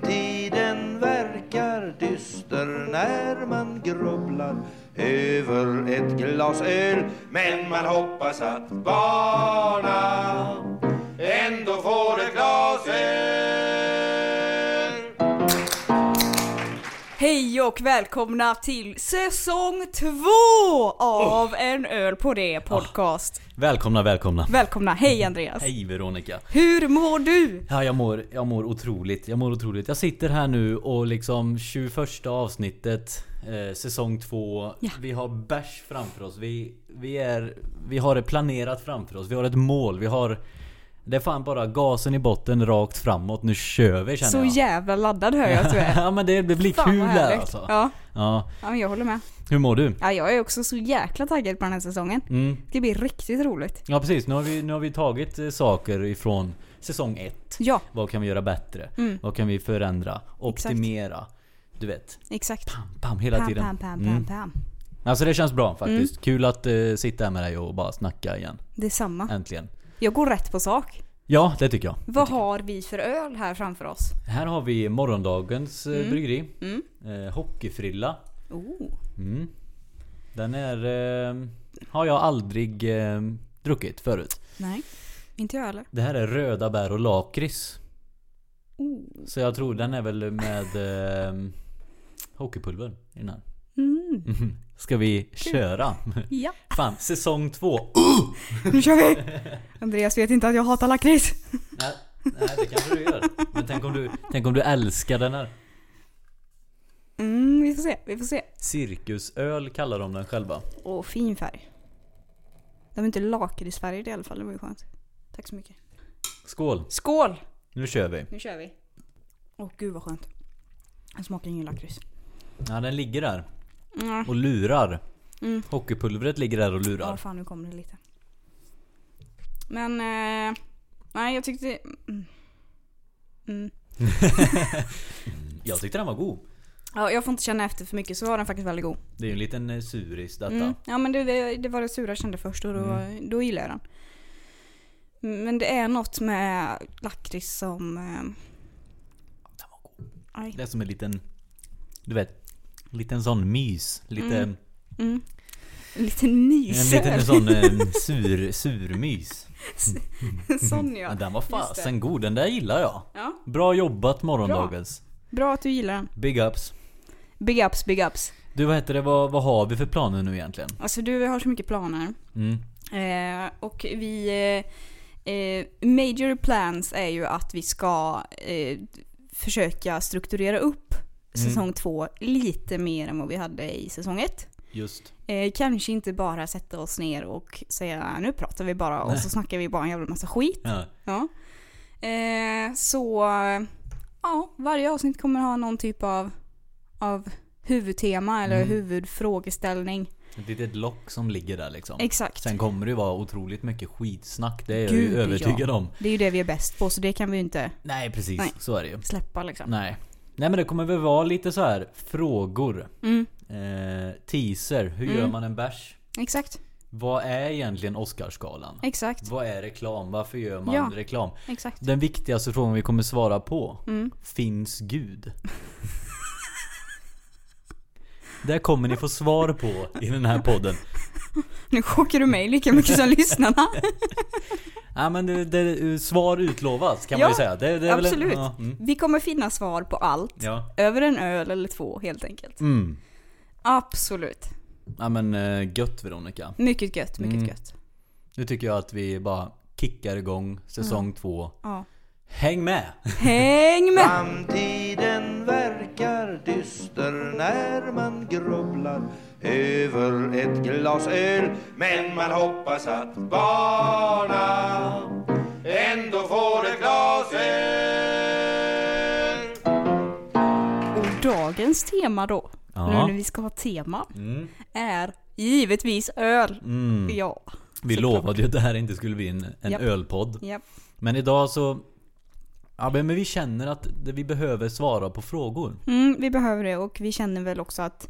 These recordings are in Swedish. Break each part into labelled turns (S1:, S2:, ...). S1: Framtiden verkar dyster när man grubblar över ett glas öl Men man hoppas att barna ändå får ett glas öl
S2: Hej och välkomna till säsong två av
S3: Oh.
S2: En öl på det podcast.
S3: Välkomna, välkomna.
S2: Välkomna, hej Andreas.
S3: Oh. Hej Veronica.
S2: Hur mår du?
S3: Ja, jag mår, jag mår otroligt. Jag mår otroligt. Jag sitter här nu och liksom 21 avsnittet, eh, säsong 2.
S2: Ja.
S3: Vi har bärs framför oss. Vi, vi, är, vi har det planerat framför oss. Vi har ett mål. Vi har... Det är fan bara gasen i botten rakt framåt. Nu kör vi känner
S2: Så
S3: jag.
S2: jävla laddad hör jag att du är.
S3: ja men det blir
S2: Fan, vad
S3: kul här
S2: härligt.
S3: alltså. Ja.
S2: Ja, ja men jag håller med.
S3: Hur mår du?
S2: Ja, jag är också så jäkla taggad på den här säsongen.
S3: Mm.
S2: Det blir riktigt roligt.
S3: Ja precis, nu har vi, nu har vi tagit eh, saker ifrån säsong 1.
S2: Ja,
S3: Vad kan vi göra bättre?
S2: Mm.
S3: Vad kan vi förändra? Optimera? Du vet.
S2: exakt.
S3: Bam, hela
S2: Pam,
S3: tiden.
S2: pam, Mm. pam,
S3: Mm.
S2: pam, pam.
S3: Alltså det känns bra faktiskt. Kul att eh, sitta här med dig och bara snacka igen.
S2: Detsamma.
S3: Äntligen.
S2: Jag går rätt på sak.
S3: Ja, det tycker jag.
S2: Vad har vi för öl här framför oss?
S3: Här har vi morgondagens eh, bryggeri.
S2: Mm.
S3: Eh, hockeyfrilla.
S2: Oh.
S3: Mm. Den är... Eh, har jag aldrig eh, druckit förut.
S2: Nej, inte jag heller.
S3: Det här är röda bär och lakrits.
S2: Oh.
S3: Så jag tror den är väl med eh, hockeypulver i den här.
S2: Mm.
S3: Mhm. Ska vi köra?
S2: Ja.
S3: Fan, säsong två.
S2: Nu kör vi! Andreas vet inte att jag hatar lakrits.
S3: Nej, nej, det kanske du gör. Men tänk om du, tänk om du älskar den här.
S2: Mm, vi får se, vi får se.
S3: Cirkusöl kallar de den själva.
S2: Åh, fin färg. De är inte lakritsfärgade i alla fall, det var ju skönt. Tack så mycket.
S3: Skål!
S2: Skål!
S3: Nu kör vi.
S2: Nu kör vi. Åh gud vad skönt. Jag smakar ingen lakrits.
S3: Ja, den ligger där
S2: Mm.
S3: och lurar.
S2: Mm.
S3: Hockeypulvret ligger där och
S2: Ja,
S3: lurar.
S2: fan nu kommer det lite. Men, eh, nej jag tyckte... Mm. Mm.
S3: Jag tyckte den var god.
S2: Ja, jag får inte känna efter för mycket så var den faktiskt väldigt god.
S3: Det är ju en liten eh, suris detta. Mm.
S2: Mm. Ja men det, det var det sura jag kände först och då, då gillade jag den. Men det är något med lakrits som... Eh,
S3: Den var god.
S2: aj.
S3: Det är som en liten, du vet, en liten sån mys. Lite,
S2: Mm. Mm. Lite nys.
S3: En liten sån eh, sur, surmys.
S2: sån ja.
S3: Ja, den var
S2: Just det.
S3: fasen god, den där gillar jag.
S2: ja.
S3: Bra jobbat morgondagens.
S2: Bra att du gillar den.
S3: Big ups.
S2: Big ups, big ups.
S3: Du vad heter det, vad, vad har vi för planer nu egentligen?
S2: Alltså du har så mycket planer.
S3: Mm.
S2: Eh, och vi... Eh, eh, major plans är ju att vi ska eh, försöka strukturera upp
S3: Mm.
S2: säsong två lite mer än vad vi hade i säsong ett.
S3: Just.
S2: Eh, kanske inte bara sätta oss ner och säga nu pratar vi bara och
S3: Nej.
S2: så snackar vi bara en jävla massa skit.
S3: Ja.
S2: Ja. Eh, så eh, ja, varje avsnitt kommer ha någon typ av, av huvudtema eller
S3: Mm.
S2: huvudfrågeställning.
S3: Ett litet lock som ligger där liksom.
S2: Exakt.
S3: Sen kommer det ju vara otroligt mycket skitsnack, det är jag
S2: Gud,
S3: ju
S2: ja.
S3: övertygad om.
S2: Det är ju det vi är bäst på så det kan vi ju inte
S3: Nej precis,
S2: Nej.
S3: så är det ju.
S2: släppa liksom.
S3: Nej. Nej men det kommer väl vara lite så här frågor.
S2: Mm,
S3: Eh, teaser, hur gör
S2: Mm.
S3: man en bärs?
S2: exakt,
S3: Vad är egentligen Oscarsgalan?
S2: exakt,
S3: Vad är reklam? Varför gör man
S2: Ja.
S3: reklam?
S2: exakt.
S3: Den viktigaste frågan vi kommer svara på.
S2: Mm.
S3: Finns Gud? Där kommer ni få svar på i den här podden.
S2: Nu chockar du mig lika mycket som lyssnarna.
S3: Ja men det, det, svar utlovas kan man
S2: Ja,
S3: ju säga. Det, det är Väl
S2: Absolut.
S3: en, ja, mm,
S2: Vi kommer finna svar på allt.
S3: ja.
S2: Över en öl eller två helt enkelt.
S3: Mm.
S2: Absolut.
S3: ja men eh, gött Veronica.
S2: Mycket gött, mycket
S3: Mm.
S2: gött.
S3: Nu tycker jag att vi bara kickar igång säsong två.
S2: Ja.
S3: Häng med!
S2: Häng med!
S1: Framtiden verkar dyster när man grubblar över ett glas öl Men man hoppas att barna ändå får ett glas öl
S2: Och dagens tema då,
S3: Ja.
S2: nu när vi ska ha tema,
S3: Mm.
S2: är givetvis öl.
S3: Mm.
S2: Ja.
S3: Vi
S2: Såklart.
S3: lovade ju att det här inte skulle bli en, en
S2: Japp.
S3: ölpodd.
S2: Japp.
S3: Men idag så... Ja men men vi känner att det- vi behöver svara på frågor.
S2: Mm, vi behöver det och vi känner väl också att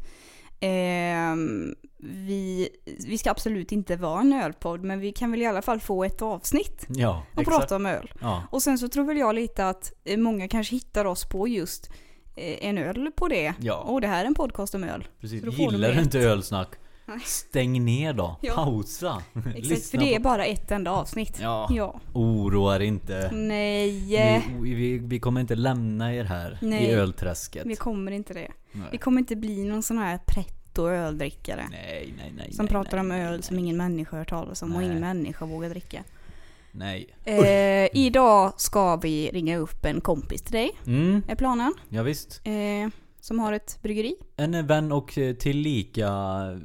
S2: Ehm, vi, vi ska absolut inte vara en ölpodd men vi kan väl i alla fall få ett avsnitt
S3: Ja,
S2: och
S3: exakt.
S2: prata om öl.
S3: Ja.
S2: Och sen så tror väl jag lite att eh, många kanske hittar oss på just eh, en öl på det.
S3: Ja.
S2: Och det här är en podcast om öl.
S3: Precis,
S2: Så då får
S3: gillar
S2: de
S3: du
S2: ett.
S3: inte ölsnack?
S2: Nej.
S3: Stäng ner då.
S2: Ja.
S3: Pausa.
S2: Exakt, för
S3: Lyssna
S2: det är
S3: på-
S2: bara ett enda avsnitt.
S3: Ja.
S2: ja.
S3: Oroa er inte.
S2: Nej,
S3: Vi, vi, vi kommer inte lämna er här
S2: Nej.
S3: i ölträsket.
S2: vi kommer inte det.
S3: Nej.
S2: Vi kommer inte bli någon sån här pretto öldrickare.
S3: nej, nej, nej.
S2: Som
S3: nej,
S2: pratar
S3: nej,
S2: om
S3: nej,
S2: öl
S3: nej.
S2: som ingen människa hört talas om och
S3: Nej.
S2: ingen människa vågar dricka.
S3: Nej.
S2: Eh, idag ska vi ringa upp en kompis till dig,
S3: Mm,
S2: är planen.
S3: ja, visst.
S2: Eh, som har ett bryggeri.
S3: En vän och eh, tillika eh,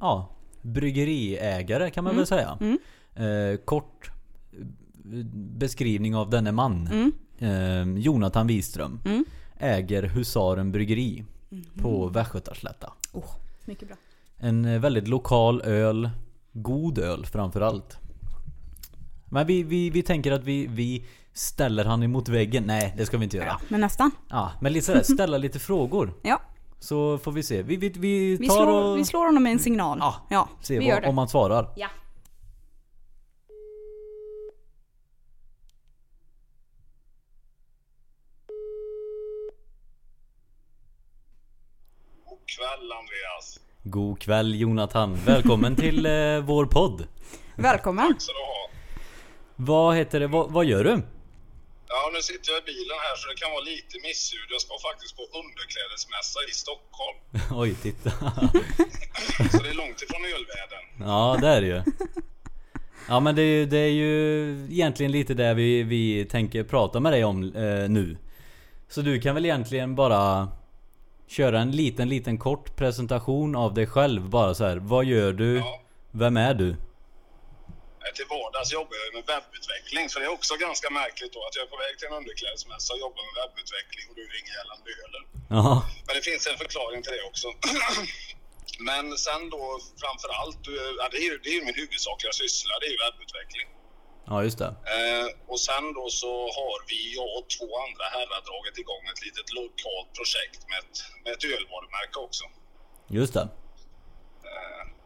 S3: ja, bryggeriägare kan man
S2: Mm,
S3: väl säga.
S2: mm.
S3: Eh, kort eh, beskrivning av denne man.
S2: Mm.
S3: Eh, Jonathan Wiström.
S2: Mm.
S3: Äger Husaren Bryggeri
S2: Mhm.
S3: på Västgötaslätta.
S2: Oh, mycket bra.
S3: En eh, väldigt lokal öl. God öl framförallt. Men vi, vi, vi tänker att vi, vi ställer han emot väggen. Nej, det ska vi inte göra.
S2: Ja, men nästan.
S3: Ja, men lite sådär, ställa lite frågor.
S2: Ja.
S3: Så får vi se. Vi, vi, vi tar
S2: Vi slår,
S3: och
S2: vi slår honom med en signal.
S3: Ja,
S2: ja
S3: ser
S2: vi
S3: vad-
S2: gör det.
S3: om han svarar.
S2: Ja.
S4: God kväll Andreas.
S3: God kväll Jonathan. Välkommen till eh, vår podd.
S2: Välkommen.
S4: Så då ha.
S3: Vad heter det? Vad, vad gör du?
S4: Ja, nu sitter jag i bilen här så det kan vara lite missljud. Jag ska faktiskt på underklädesmässa i Stockholm.
S3: Oj, titta.
S4: Så det är långt ifrån ölvärlden.
S3: Ja, det är det ju. Ja men det är, ju- det är ju egentligen lite det vi, vi tänker prata med dig om eh, nu. Så du kan väl egentligen bara köra en liten, liten kort presentation av dig själv. Bara så här. vad gör du?
S4: Ja.
S3: Vem är du?
S4: Eh, Till vardags jobbar jag ju med webbutveckling så det är också ganska märkligt då att jag är på väg till en underklädesmässa och jobbar med webbutveckling och du ringer gällande ölen.
S3: Ja,
S4: Men det finns en förklaring till det också. Men sen då framför allt, du- ja, det är ju det är ju min huvudsakliga syssla, det är ju webbutveckling.
S3: ja just det.
S4: Eh, och sen då så har vi, jag och två andra herrar, dragit igång ett litet lokalt projekt med ett, med ett ölvarumärke också.
S3: Just det.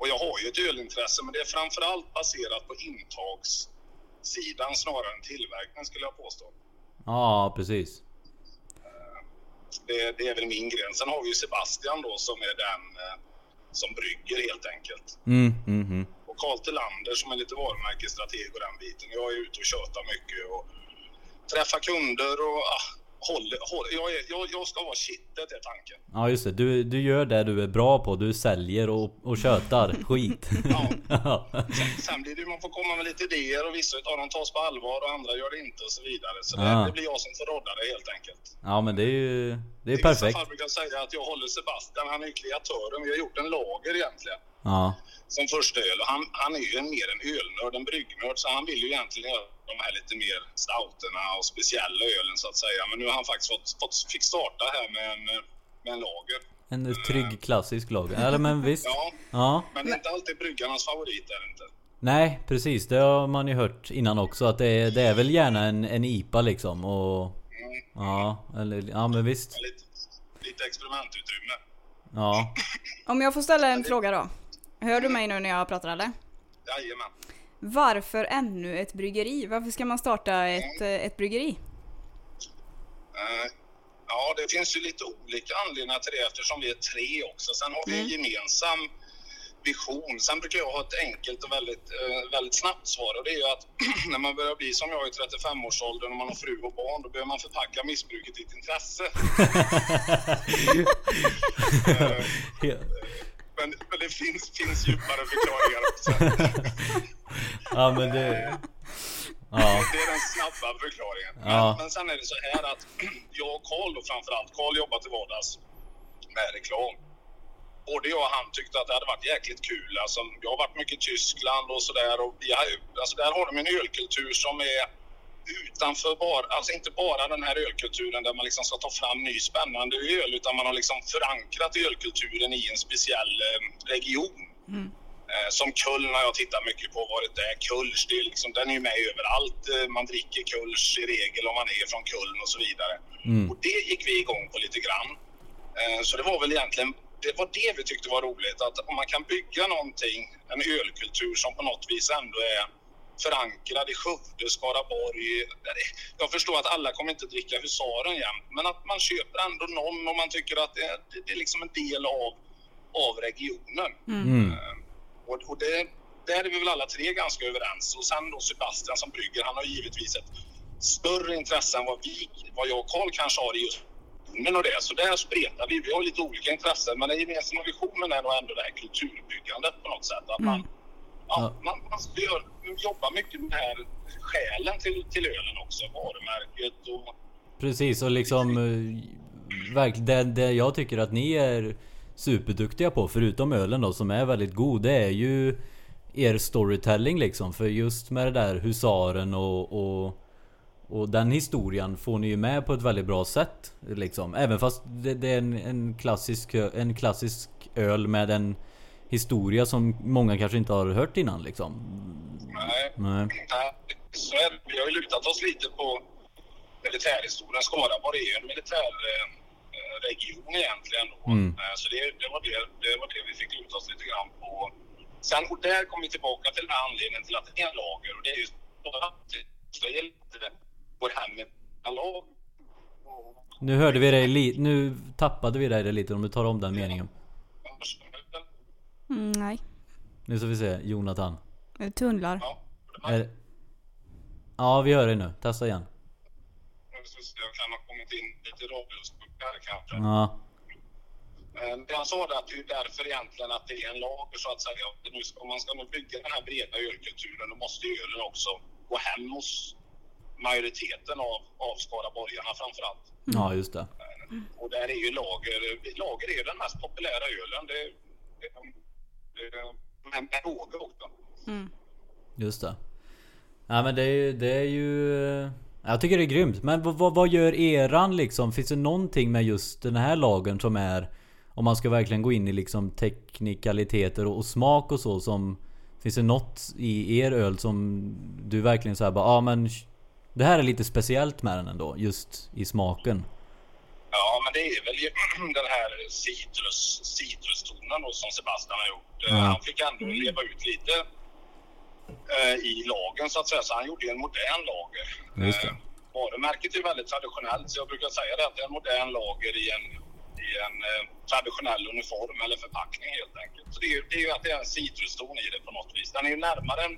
S4: Och jag har ju ett ölintresse, men det är framförallt baserat på intagssidan snarare än tillverkningen skulle jag påstå.
S3: Ja, precis.
S4: Det, det är väl min gren. Sen har vi ju Sebastian då som är den eh, som brygger helt enkelt.
S3: Mm, mm, mm.
S4: Och Karl Tillander som är lite varumärkesstrateg och den biten. Jag är ute och tjötar mycket och träffar kunder och ah, håller, håller. Jag, är, jag, jag ska vara kittet är tanken.
S3: Ja just det, du, du gör det du är bra på. Du säljer och, och tjötar skit. Ja.
S4: Sen blir det ju, man får komma med lite idéer och vissa av dem tas på allvar och andra gör det inte och så vidare. Så
S3: Ah.
S4: det, det blir jag som får rodda det helt enkelt.
S3: ja men det är ju... Det är
S4: I vissa
S3: perfekt.
S4: fall brukar jag säga att jag håller Sebastian, han är ju kreatören. Vi har gjort en lager egentligen
S3: Ja.
S4: som första öl. Och han, han är ju en, mer en ölnörd, en bryggnörd, så han vill ju egentligen göra de här lite mer stouterna och speciella ölen så att säga. Men nu har han faktiskt fått, fått fick starta här med en, eh, med en lager.
S3: En trygg klassisk lag. Eller men visst.
S4: Ja,
S3: Ja.
S4: men det är inte alltid bryggarnas favorit är det inte.
S3: Nej precis, det har man ju hört innan också att det är, det är väl gärna en, en IPA liksom och... Ja, eller, ja men visst.
S4: Lite, lite experimentutrymme.
S3: Ja.
S2: Om jag får ställa en fråga då. Hör du mig nu när jag pratar eller?
S4: Jajamän.
S2: Varför ännu ett bryggeri? Varför ska man starta ett, eh, ett bryggeri?
S4: Eh, Ja, det finns ju lite olika anledningar till det eftersom vi är tre också. Sen har vi en gemensam vision. Sen brukar jag ha ett enkelt och väldigt, eh, väldigt snabbt svar och det är ju att när man börjar bli som jag i 35-årsåldern och man har fru och barn, då behöver man förpacka missbruket i ett intresse. Men, men det finns, finns djupare förklaringar också.
S3: Ja men det... Ja.
S4: Det är den snabba förklaringen.
S3: Ja.
S4: Men, men sen är det så här att jag och Karl då framförallt, Karl jobbar till vardags med reklam. Både jag och han tyckte att det hade varit jäkligt kul. Alltså, jag har varit mycket i Tyskland och sådär. och vi har- Alltså, där har de en ölkultur som är utanför bara, alltså inte bara den här ölkulturen där man liksom ska ta fram ny spännande öl utan man har liksom förankrat ölkulturen i en speciell eh, region. Eh, Som Köln har jag tittat mycket på. Varit där. Kölsch, det är liksom, den är ju med överallt. Eh, Man dricker Kölsch i regel om man är från Köln och så vidare. Och det gick vi igång på lite grann. Eh, Så det var väl egentligen det var det vi tyckte var roligt. Att om man kan bygga någonting, en ölkultur som på något vis ändå är förankrad i Skövde, Skaraborg. Jag förstår att alla kommer inte dricka Husaren jämt, men att man köper ändå någon om man tycker att det, det, det är liksom en del av, av regionen.
S3: Mm.
S4: Och, och det, där är vi väl alla tre ganska överens. Och sen då Sebastian som brygger, han har givetvis ett större intresse än vad, vi, vad jag och Karl kanske har i just men och det. Så där spretar vi. Vi har lite olika intressen, men den gemensamma visionen är nog ändå det här kulturbyggandet på något sätt. Att man, ja, man, man ska göra, jobba mycket med den här själen till, till ölen också. Varumärket och
S3: Precis och liksom... eh, Verk, det, det jag tycker att ni är superduktiga på, förutom ölen då som är väldigt god, det är ju er storytelling liksom. För just med det där husaren och... och och den historien får ni ju med på ett väldigt bra sätt. Liksom. Även fast det, det är en, en, klassisk, ö- en klassisk öl med en historia som många kanske inte har hört innan liksom.
S4: Nej.
S3: Nej.
S4: Nej, så är det. Vi har ju lutat oss lite på militärhistorien. Skaraborg är ju en militärregion egentligen. Då. Eh, Så det, det, var det, det var det vi fick luta oss lite grann på. Sen, och där kom vi tillbaka till den här anledningen till att det är en lager. Och det är ju så att det är lite på det här med lag. Och-
S3: Nu hörde vi dig li- Nu tappade vi dig lite om du tar om den meningen.
S2: Mm, nej.
S3: Nu ska vi se, Jonathan.
S2: Jag Tunnlar.
S4: Ja,
S3: Är... Ja, vi hör dig nu. Testa igen.
S4: jag kan ha kommit in lite radioskuggar kanske.
S3: Ja.
S4: Men det han sa det att det är därför egentligen att det är en lager så att säga. Nu ska- Om man ska nu bygga den här breda ölkulturen då måste ölen också gå hem hos majoriteten av, av skaraborgarna framför allt.
S3: Ja, just det.
S4: Och där är ju lager, lager är ju den mest populära ölen. Det, det, det, men med råge också.
S3: Just det. Ja, men det är ju... Det är ju... Jag tycker det är grymt. Men vad, vad, vad gör eran liksom? Finns det någonting med just den här lagen som är... Om man ska verkligen gå in i liksom teknikaliteter och, och smak och så som... Finns det något i er öl som du verkligen såhär bara, ja ah, men... sh- Det här är lite speciellt med den ändå, just i smaken.
S4: Ja, men det är väl ju den här citrus, citrustonen då som Sebastian har gjort. Eh,
S3: Ja.
S4: Han fick ändå leva ut lite eh, i lagen så att säga, så han gjorde ju en modern lager.
S3: Just det.
S4: Eh, Varumärket är ju väldigt traditionellt, så jag brukar säga det att det är en modern lager i en, i en eh, traditionell uniform eller förpackning helt enkelt. Så det är ju det är ju att det är en citruston i det på något vis. Den är ju närmare en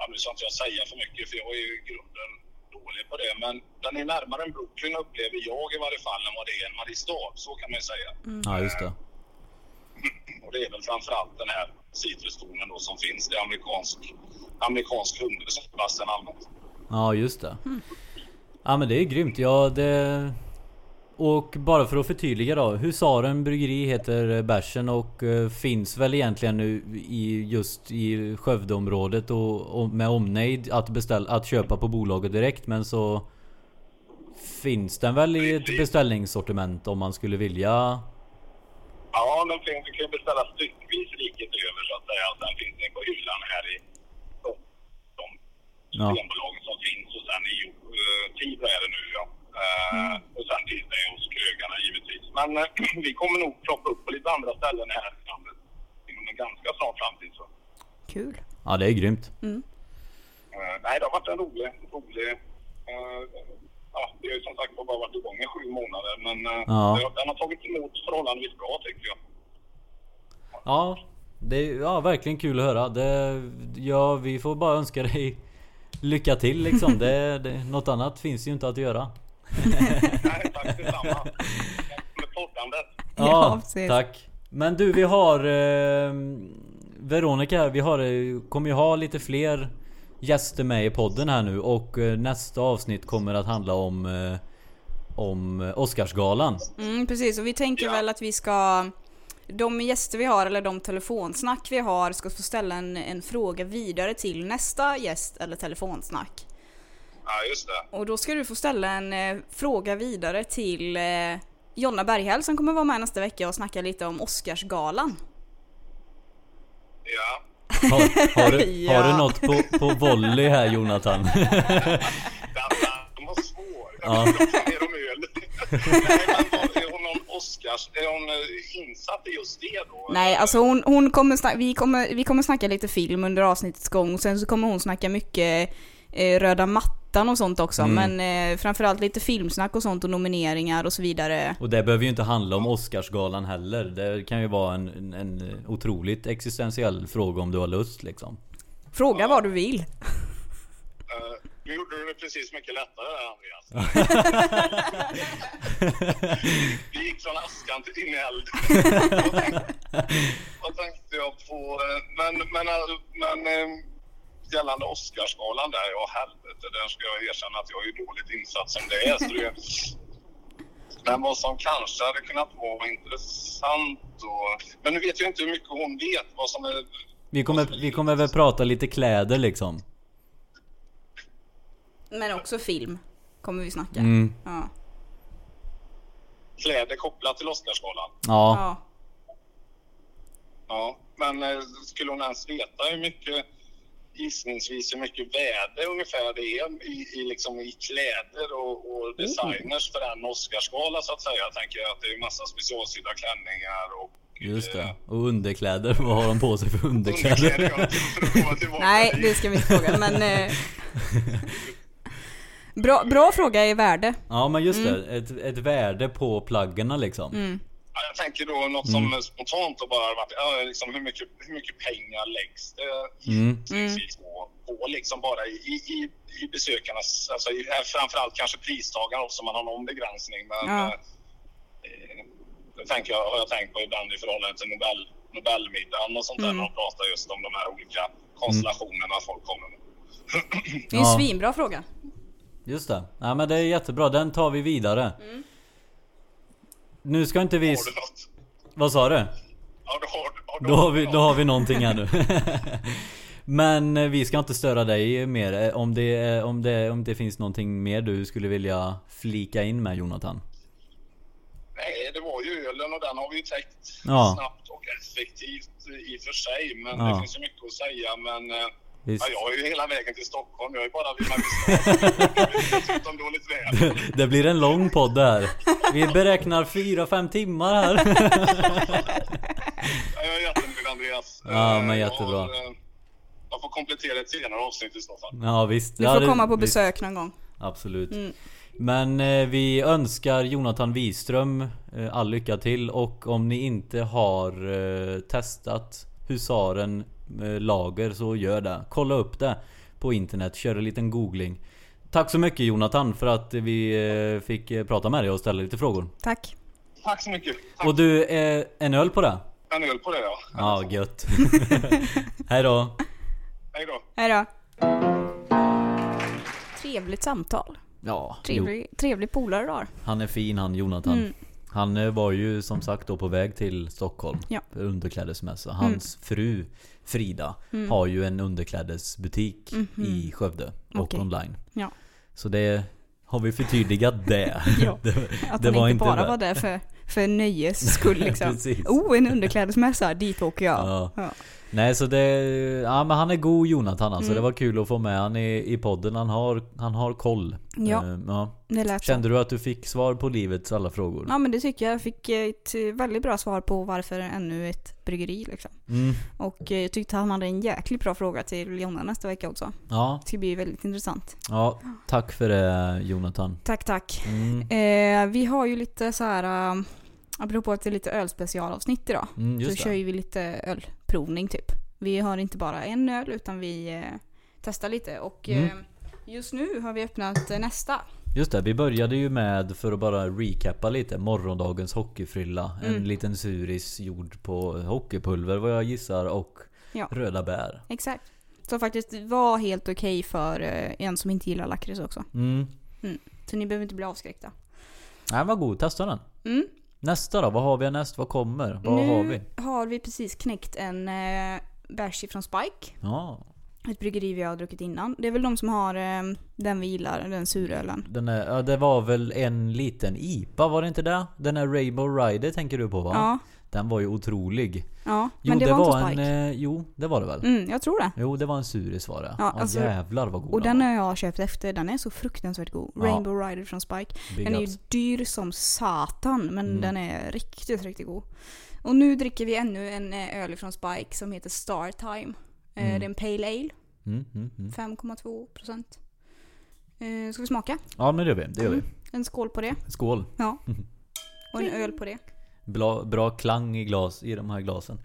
S4: Ja, nu ska inte jag säga för mycket för jag är ju i grunden dålig på det. Men den är närmare en Brooklyn upplever jag i varje fall än vad det är en Mariestad. Så kan man ju säga.
S3: Ja, just det.
S4: Och det är väl framförallt den här citrustonen då som finns. Det är amerikansk, amerikansk humle som Sebastian använt.
S3: Ja, just det. Ja, men det är grymt. Ja, det... Och bara för att förtydliga då. Husaren Bryggeri heter eh, bärsen och eh, finns väl egentligen nu i just i Skövdeområdet och, och med omnejd att beställa, att köpa på bolaget direkt men så finns den väl i ett beställningssortiment om man skulle vilja.
S4: Ja, den finns. Du kan ju beställa styckvis riket över så att säga. Den finns ju på hyllan här i de
S3: Ja.
S4: Systembolagen som finns och sen i eh, Tibro är det nu ja. Eh,
S3: Mm.
S4: Och sen finns det ju hos krögarna givetvis. Men eh, vi kommer nog ploppa upp på lite andra ställen här i landet inom en ganska snar framtid. Så.
S2: Kul.
S3: Ja, det är grymt.
S4: Eh, nej, det har varit en rolig, rolig eh, Ja, det har ju som sagt bara varit igång i sju månader men eh,
S3: Ja.
S4: det har- den har tagits emot förhållandevis bra tycker jag.
S3: Ja, det är ja, verkligen kul att höra. Det, ja, vi får bara önska dig lycka till liksom. Det, det, något annat finns ju inte att göra.
S4: Nej, tack detsamma. Tack Med poddandet.
S2: Ja, precis.
S3: tack. Men du, vi har eh, Veronica här. Vi har, eh, kommer ju ha lite fler gäster med i podden här nu och eh, nästa avsnitt kommer att handla om eh, om eh, Oscarsgalan.
S2: Mm, precis, och vi tänker
S4: Ja.
S2: väl att vi ska... De gäster vi har, eller de telefonsnack vi har, ska få ställa en, en fråga vidare till nästa gäst eller telefonsnack.
S4: Ja, just det.
S2: Och då ska du få ställa en eh, fråga vidare till eh, Jonna Berghäll som kommer vara med nästa vecka och snacka lite om Oscarsgalan.
S4: Ja.
S3: Har, har, du, har
S2: Ja.
S3: du något på, på volley här Jonathan?
S4: Den, den var svår.
S3: Ja.
S4: Jag pratar mer om öl. Nej, men var- är hon någon Oscars, är hon eh, insatt i just det då?
S2: Nej, alltså hon, hon kommer snack, vi, kommer, vi kommer snacka lite film under avsnittets gång och sen så kommer hon snacka mycket eh, röda mattan och sånt också. Men eh, framförallt lite filmsnack och sånt och nomineringar och så vidare.
S3: Och det behöver ju inte handla om Oscarsgalan heller. Det kan ju vara en, en, en otroligt existentiell fråga om du har lust liksom.
S2: Fråga vad du vill.
S4: Eh, Nu gjorde du det precis mycket lättare där Andreas. Vi gick från askan till in i elden. Vad tänkte- Vad tänkte jag på? Eh, Men, men, eh, men eh, gällande Oscarsgalan där, ja helvete, där ska jag erkänna att jag är dåligt insatt som det är. Så det, men vad som kanske hade kunnat vara intressant då. Men nu vet jag inte hur mycket hon vet vad som är...
S3: Vi kommer, vi kommer väl prata lite kläder liksom.
S2: Men också film kommer vi snacka.
S3: Mm.
S2: Ja.
S4: Kläder kopplat till Oscarsgalan.
S3: Ja.
S2: ja.
S4: Ja, men eh, skulle hon ens veta hur mycket gissningsvis hur mycket väder ungefär det är i, i, liksom, i kläder och, och designers för en Oscarsgala så att säga. Jag tänker att det är massa specialsydda klänningar och
S3: Just
S4: eh,
S3: det. Och underkläder. Vad har de på sig för
S4: underkläder.
S3: underkläder?
S4: ja, för att komma tillbaka
S2: Nej,
S4: dit.
S2: det ska vi inte fråga. Men... Eh, bra, bra fråga i värde.
S3: Ja men just det.
S4: Mm.
S3: Ett, ett värde på plaggarna liksom.
S4: Ja, Jag tänker då något som spontant har bara har varit ja, liksom hur, mycket, hur mycket pengar läggs det
S3: Mm.
S4: gissningsvis på, på liksom bara i, i, i- i besökarnas, alltså i, eh, framförallt kanske pristagarna också, man har någon begränsning. Men,
S2: Ja.
S4: eh, det tänker jag, har jag tänkt på ibland i förhållande till Nobel, Nobelmiddagen och sånt där när de pratar just om de här olika konstellationerna
S3: Mm.
S4: folk kommer med.
S2: Det är en
S3: Ja.
S2: svinbra fråga.
S3: Just det. Ja men det är jättebra. Den tar vi vidare. Nu ska inte vi...
S4: Mm. Har du något?
S3: Vad sa du?
S4: Ja, då har, du- ja,
S3: Då har vi, då har vi någonting här nu. Men eh, vi ska inte störa dig mer. Eh, Om det, eh, om, det, om det finns någonting mer du skulle vilja flika in med Jonathan?
S4: Nej, det var ju ölen och den har vi ju täckt
S3: Ja.
S4: snabbt och effektivt i och för sig. Men
S3: Ja.
S4: det finns ju mycket att säga. Men eh,
S3: Visst.
S4: ja, jag är ju hela vägen till Stockholm. Jag är bara vid Mariestad. Dessutom dåligt väder.
S3: Det blir en lång podd det här. Vi beräknar 4-5 timmar här.
S4: Ja, Jag är jättenöjd Andreas.
S3: Ja,
S4: Eh,
S3: men
S4: jag
S3: jättebra.
S4: har, eh, Jag får komplettera ett senare avsnitt i så fall.
S3: Ja visst.
S2: Du
S3: Ja,
S2: får
S3: det-
S2: komma på
S3: visst.
S2: besök någon gång.
S3: Absolut. Men eh, vi önskar Jonathan Wiström eh, all lycka till och om ni inte har eh, testat Husaren eh, lager så gör det. Kolla upp det på internet, kör en liten googling. Tack så mycket Jonathan för att vi eh, fick eh, prata med dig och ställa lite frågor.
S2: Tack.
S4: Tack så mycket. Tack.
S3: Och du, eh, en öl på det?
S4: En öl på det ja.
S3: Ja, gött. Hej då.
S4: Hej då.
S2: Hej då. Trevligt samtal.
S3: Ja, jo,
S2: Trevlig, trevlig polare du har.
S3: han är fin han Jonathan.
S2: Mm.
S3: Han eh, var ju som sagt då på väg till Stockholm
S2: Ja. Mm.
S3: för underklädesmässa. Hans fru Frida har ju en underklädesbutik i Skövde och
S2: Mhm. Okej.
S3: online.
S2: Ja.
S3: Så det har vi förtydligat det.
S2: Ja.
S3: det
S2: Att
S3: det
S2: han
S3: var
S2: inte
S3: inte
S2: bara
S3: det.
S2: var där för, för nöjes skull liksom.
S3: Precis.
S2: oh, en underklädesmässa, dit åker jag.
S3: Ja.
S2: Ja.
S3: Nej så det, ja men han är god Jonathan alltså.
S2: Mm.
S3: Det var kul att få med han i, i podden. Han har, han har koll.
S2: Ja.
S3: Ehm, ja.
S2: Det lät så.
S3: Kände du att du fick svar på livets alla frågor?
S2: Ja men det tycker jag. Jag fick eh, ett eh, väldigt bra svar på varför ännu ett bryggeri liksom.
S3: Mm.
S2: Och eh, jag tyckte han hade en jäkligt bra fråga till Jonna nästa vecka också.
S3: Ja,
S2: Det ska bli väldigt intressant.
S3: ja, tack för det Jonathan.
S2: Tack tack.
S3: Mm.
S2: Eh, vi har ju lite så här, eh, apropå att det är lite ölspecialavsnitt idag.
S3: Mm,
S2: så
S3: just
S2: kör
S3: det.
S2: ju vi lite ölprovning typ. Vi har inte bara en öl utan vi eh, testar lite och
S3: Mm.
S2: eh, just nu har vi öppnat eh, nästa.
S3: Just det, vi började ju med, för att bara recappa lite, morgondagens hockeyfrilla.
S2: Mm.
S3: En liten suris gjord på hockeypulver vad jag gissar och
S2: Ja.
S3: röda bär.
S2: Exakt. Som faktiskt var helt okej för eh, en som inte gillar lakrits också.
S3: Mm.
S2: Så ni behöver inte bli avskräckta.
S3: Nej, vad god, testa den.
S2: Mm.
S3: Nästa då, vad har vi härnäst? Vad kommer? Vad
S2: nu
S3: har vi?
S2: har vi precis knäckt en eh, bärs från Spike.
S3: Ja,
S2: Ett bryggeri vi har druckit innan. Det är väl de som har eh, den vi gillar, den surölen.
S3: Den är, ja, det var väl en liten IPA, var det inte det? Den här Rainbow Rider tänker du på va?
S2: Ja.
S3: Den var ju otrolig.
S2: Ja,
S3: Jo,
S2: men det, var, inte
S3: en...
S2: Spike.
S3: Eh, jo, det var det väl?
S2: Mm, jag tror det.
S3: Jo, det var en suris var det.
S2: Ja,
S3: Ja,
S2: alltså-
S3: jävlar vad god
S2: Och den
S3: Oh, var.
S2: har jag köpt efter, den är så fruktansvärt god.
S3: Ja.
S2: Rainbow Rider från Spike.
S3: Big
S2: Den är ju
S3: ups.
S2: dyr som satan men
S3: Mm.
S2: den är riktigt, riktigt god. Och nu dricker vi ännu en eh, öl från Spike som heter Star Time. Eh,
S3: Mm.
S2: Det är en Pale Ale,
S3: Mm, mm, mm.
S2: 5,2%. Eh, Ska vi smaka?
S3: Ja men det gör vi, det gör vi.
S2: En skål på det.
S3: Skål.
S2: Ja. Och en öl på det.
S3: Bra, bra klang i, glas, i de här glasen.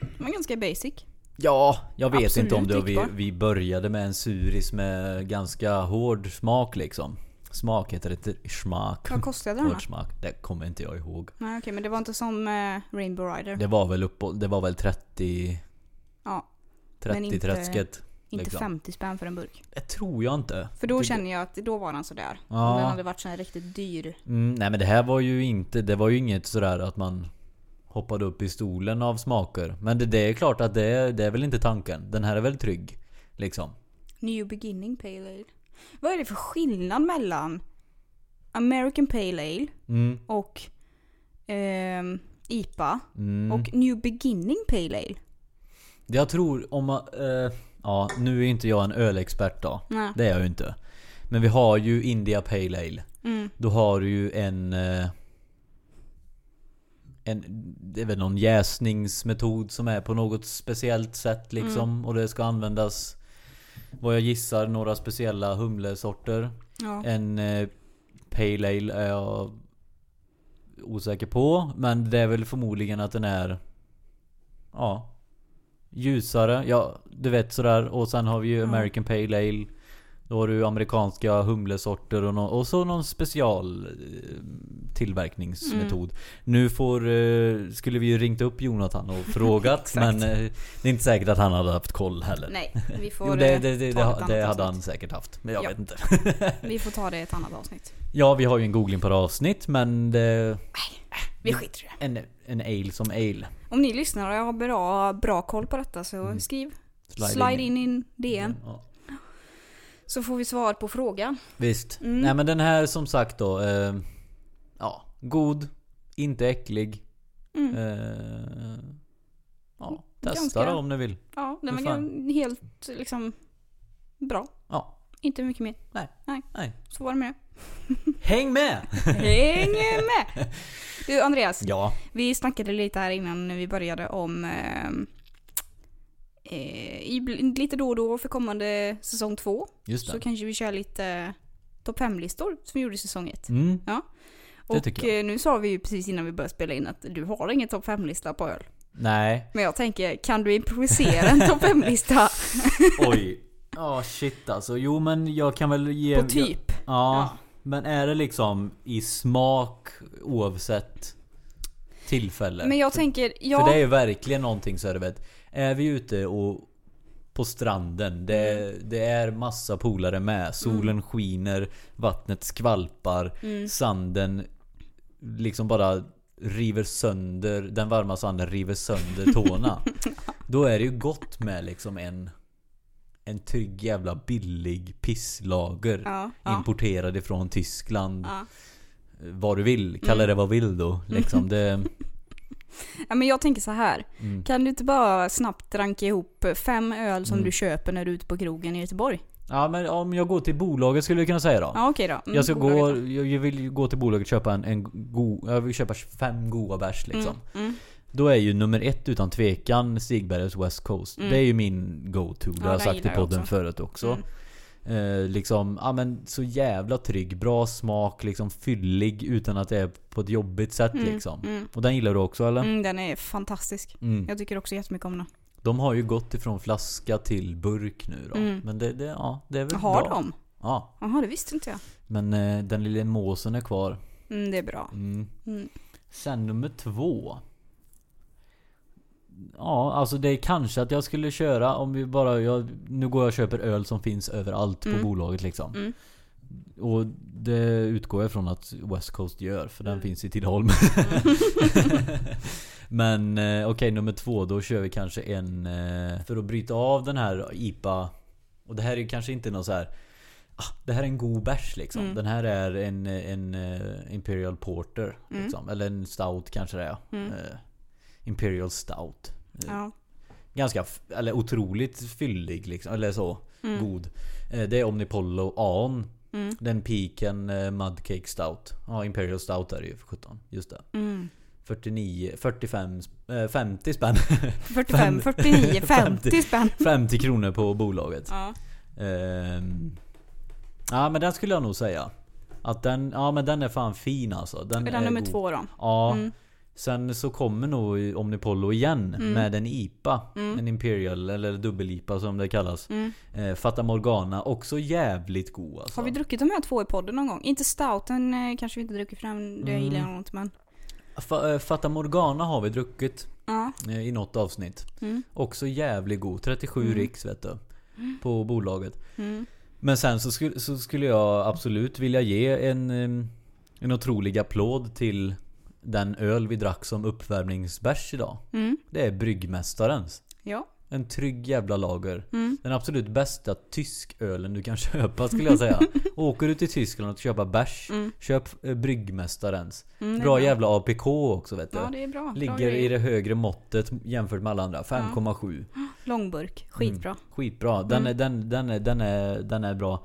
S2: Den var ganska basic.
S3: Ja, jag vet
S2: Absolut
S3: inte om det. Vi,
S2: drickbar.
S3: vi började med en suris med ganska hård smak liksom. Smak heter det inte, smak.
S2: Vad kostade den då?
S3: Hård smak. Det kommer inte jag ihåg.
S2: Nej okej men det var inte som eh, Rainbow Rider.
S3: Det var väl uppåt, det var väl 30...
S2: Ja, Men inte-
S3: 30 träsket.
S2: inte
S3: liksom.
S2: 50 spänn för en burk.
S3: Det tror jag inte.
S2: För då
S3: Det-
S2: känner jag att då var den sådär.
S3: Ja.
S2: Om den hade varit sån här riktigt dyr.
S3: Mm, nej men det här var ju inte, det var ju inget sådär att man hoppade upp i stolen av smaker. Men det, det är klart att det, det är väl inte tanken. Den här är väl trygg. Liksom.
S2: New beginning pale ale. Vad är det för skillnad mellan American pale ale
S3: Mm,
S2: och ehm, IPA
S3: mm.
S2: och new beginning pale ale?
S3: Jag tror om man... Eh, ja, nu är inte jag en ölexpert då.
S2: Nej.
S3: Det är jag ju inte. Men vi har ju India Pale Ale.
S2: Mm.
S3: Då har du ju en... eh, En, det är väl någon jäsningsmetod som är på något speciellt sätt liksom. Och det ska användas, vad jag gissar, några speciella humlesorter.
S2: Ja.
S3: En eh, Pale Ale är jag osäker på. Men det är väl förmodligen att den är... Ja. Ljusare. Ja, du vet sådär. Och sen har vi ju
S2: Ja.
S3: American Pale Ale. Då har du amerikanska humlesorter och, nå- och så någon special eh, tillverkningsmetod.
S2: Mm.
S3: Nu får, eh, skulle vi ju ringt upp Jonathan och frågat men eh, det är inte säkert att han hade haft koll heller.
S2: Nej, vi får
S3: Jo,
S2: eh,
S3: det, det, det,
S2: ta ett
S3: det,
S2: annat
S3: det hade han
S2: avsnitt.
S3: säkert haft. Men jag
S2: Ja.
S3: vet inte.
S2: Vi får ta det i ett annat avsnitt.
S3: Ja, vi har ju en googling på det avsnitt men det...
S2: Vi
S3: Mm.
S2: skiter i det.
S3: En, en ale som ale.
S2: Om ni lyssnar och har bra, bra koll på detta så
S3: Mm.
S2: skriv. Slide, in in DN.
S3: Ja.
S2: Så får vi svar på frågan.
S3: Visst.
S2: Mm.
S3: Nej men den här som sagt då. Eh, ja, god. Inte äcklig.
S2: Mm.
S3: Eh, ja, testa
S2: Ganska.
S3: då om du vill.
S2: Ja, den
S3: Vad
S2: var ju helt liksom bra.
S3: Ja.
S2: Inte mycket mer.
S3: Nej.
S2: Nej.
S3: Nej.
S2: Så var det med det.
S3: Häng med!
S2: Häng med! Du Andreas,
S3: ja.
S2: vi snackade lite här innan vi började om ehm, eh, i- lite då och då för kommande säsong två
S3: Just
S2: så
S3: det.
S2: kanske vi kör lite topp 5-listor som vi gjorde i säsong ett.
S3: Mm.
S2: Ja.
S3: Det
S2: Och
S3: tycker jag.
S2: eh, nu sa vi ju precis innan vi började spela in att du har ingen topp 5-lista på öl.
S3: Nej.
S2: Men jag tänker, kan du improvisera en topp 5-lista
S3: Oj. Ja shit alltså. Jo men jag kan väl ge...
S2: på typ?
S3: Ja, Men är det liksom i smak oavsett tillfälle?
S2: Men jag tänker, ja.
S3: För det är ju verkligen någonting så här, du vet. Är vi ute och på stranden, det,
S2: Mm.
S3: det är massa polare med. Solen skiner, vattnet skvalpar,
S2: Mm.
S3: sanden liksom bara river sönder, den varma sanden river sönder tårna. Då är det ju gott med liksom en en trygg jävla billig pisslager
S2: Ja,
S3: Mm.
S2: ja.
S3: importerad ifrån Tyskland.
S2: Ja. Mm.
S3: Vad du vill, kalla det vad vill då. Liksom det,
S2: Ja, men jag tänker så här.
S3: Mm.
S2: Kan du inte bara snabbt ranka ihop fem öl som du köper när du är ute på krogen i Göteborg?
S3: Ja men om jag går till bolaget skulle jag kunna säga då.
S2: Ja okej då. Mm,
S3: jag ska
S2: bolaget
S3: gå,
S2: då.
S3: jag jag vill ju gå till bolaget och köpa en, en go, jag vill köpa fem goa bärs
S2: Mm,
S3: liksom. Då är ju nummer ett utan tvekan Stigbergets West Coast. Det är ju min go-to. Det har
S2: den
S3: jag sagt i
S2: Mm. gillar jag också. Mm.
S3: podden förut också. Eh, liksom, ja men så jävla trygg, bra smak, liksom fyllig utan att det är på ett jobbigt sätt liksom. Och den gillar du också eller?
S2: Mm, den är fantastisk.
S3: Mm.
S2: Jag tycker också jättemycket om den.
S3: De har ju gått ifrån flaska till burk nu då. Men det, det, ja, det är väl
S2: Mm. Har
S3: bra.
S2: de?
S3: Ja.
S2: Jaha, det visste inte jag.
S3: Men eh, den lilla måsen är kvar.
S2: Mm, det är bra.
S3: Mm.
S2: Mm.
S3: Sen nummer två. Ja, alltså det är kanske att jag skulle köra om vi bara... Jag, nu går jag och köper öl som finns överallt på bolaget liksom. Och det utgår jag från att West Coast gör, för den finns i Tidaholm. Men eh, okej, nummer två. Då kör vi kanske en... eh, För att bryta av den här IPA. Och det här är ju kanske inte någon så här... Ah, det här är en god bärs liksom. Den här är en, eh, en eh, Imperial Porter. Liksom. Eller en Stout kanske det är. Eh, Imperial Stout.
S2: Ja.
S3: Ganska, f- eller otroligt fyllig liksom, eller så. God. Eh, Det är Omnipollo Aon. Den piken eh, Mudcake Stout. Ja, Imperial Stout är det ju för 17. Just det.
S2: Mm.
S3: 49, 45, eh, 50 spänn.
S2: 45, 49, 50 spänn.
S3: 50 kronor på bolaget.
S2: Ja.
S3: Ehm, ja men den skulle jag nog säga. Att den, ja men den är fan fin alltså. Den
S2: Är
S3: är,
S2: den nummer
S3: god.
S2: två Mm. då?
S3: Ja. Sen så kommer nog Omnipollo igen
S2: Mm.
S3: med en IPA. En Imperial eller dubbel-IPA som det kallas. Eh, Fata Morgana, också jävligt god alltså.
S2: Mm. Har vi druckit de här två i podden någon gång? Inte stouten eh, kanske vi inte dricker för den,
S3: Mm.
S2: det gillar jag nog inte men.
S3: Fa- eh, Fata Morgana har vi druckit
S2: Ja.
S3: eh, i något avsnitt.
S2: Mm.
S3: Också jävligt god. 37 riks vet du. På bolaget.
S2: Mm.
S3: Men sen så skulle, så skulle jag absolut vilja ge en, eh, en otrolig applåd till den öl vi drack som uppvärmningsbärs idag.
S2: Mm.
S3: Det är Bryggmästarens.
S2: Ja.
S3: En trygg jävla lager.
S2: Mm.
S3: Den absolut bästa tyskölen du kan köpa skulle jag säga. Åker du till Tyskland och köpa bärs,
S2: Mm.
S3: köp eh, Bryggmästarens. bra jävla APK också vet du.
S2: Ja det är bra. bra
S3: Ligger
S2: grejer.
S3: i det högre måttet jämfört med alla andra. 5,7.
S2: Långburk, skitbra.
S3: Mm. Skitbra. Den,
S2: Mm.
S3: är, den, den, är, den, är, den är bra.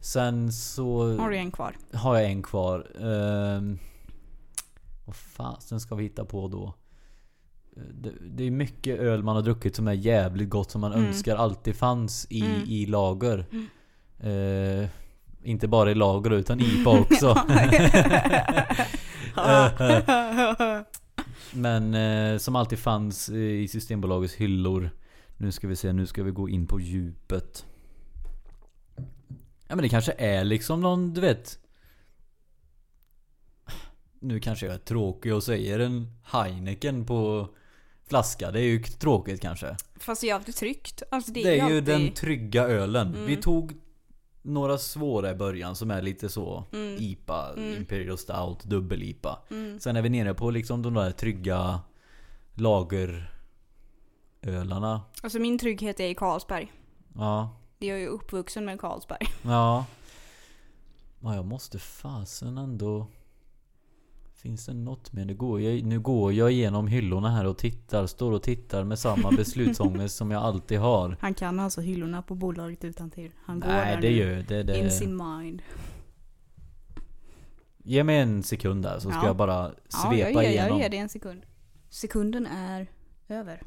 S3: Sen så
S2: Har du en kvar?
S3: har jag en kvar. Ehm, vad fasen ska vi hitta på då? Eh, Det, det är mycket öl man har druckit som är jävligt gott som
S2: Mm.
S3: man önskar alltid fanns i, i lager.
S2: Mm.
S3: Eh, inte bara i lager utan IPA också. Men eh, som alltid fanns eh, i Systembolagets hyllor. Nu ska vi se, nu ska vi gå in på djupet. Ja men det kanske är liksom någon, du vet. Nu kanske jag är tråkig och säger en Heineken på flaska. Det är ju tråkigt kanske.
S2: Fast det är alltid tryggt. Alltså det,
S3: Det är ju
S2: alltid... Mm.
S3: den trygga ölen. Vi tog några svåra i början som är lite så
S2: Mm.
S3: IPA, Imperial Stout, dubbel-IPA. Sen är vi nere på liksom de där trygga lagerölarna.
S2: Alltså min trygghet är i Carlsberg.
S3: Ja,
S2: Det är ju uppvuxen med Carlsberg.
S3: ja. Ja, jag måste fasen ändå... Finns det något mer? Nu går, jag, nu går jag igenom hyllorna här och tittar, står och tittar med samma beslutsångest som jag alltid har.
S2: Han kan alltså hyllorna på bolaget utan till. Han går
S3: Nej,
S2: där
S3: det
S2: nu.
S3: gör det. det.
S2: In sin mind.
S3: Ge mig en sekund där så ska
S2: Ja.
S3: jag bara
S2: Ja,
S3: svepa
S2: jag ger, jag
S3: igenom.
S2: ger det en sekund. Sekunden är över.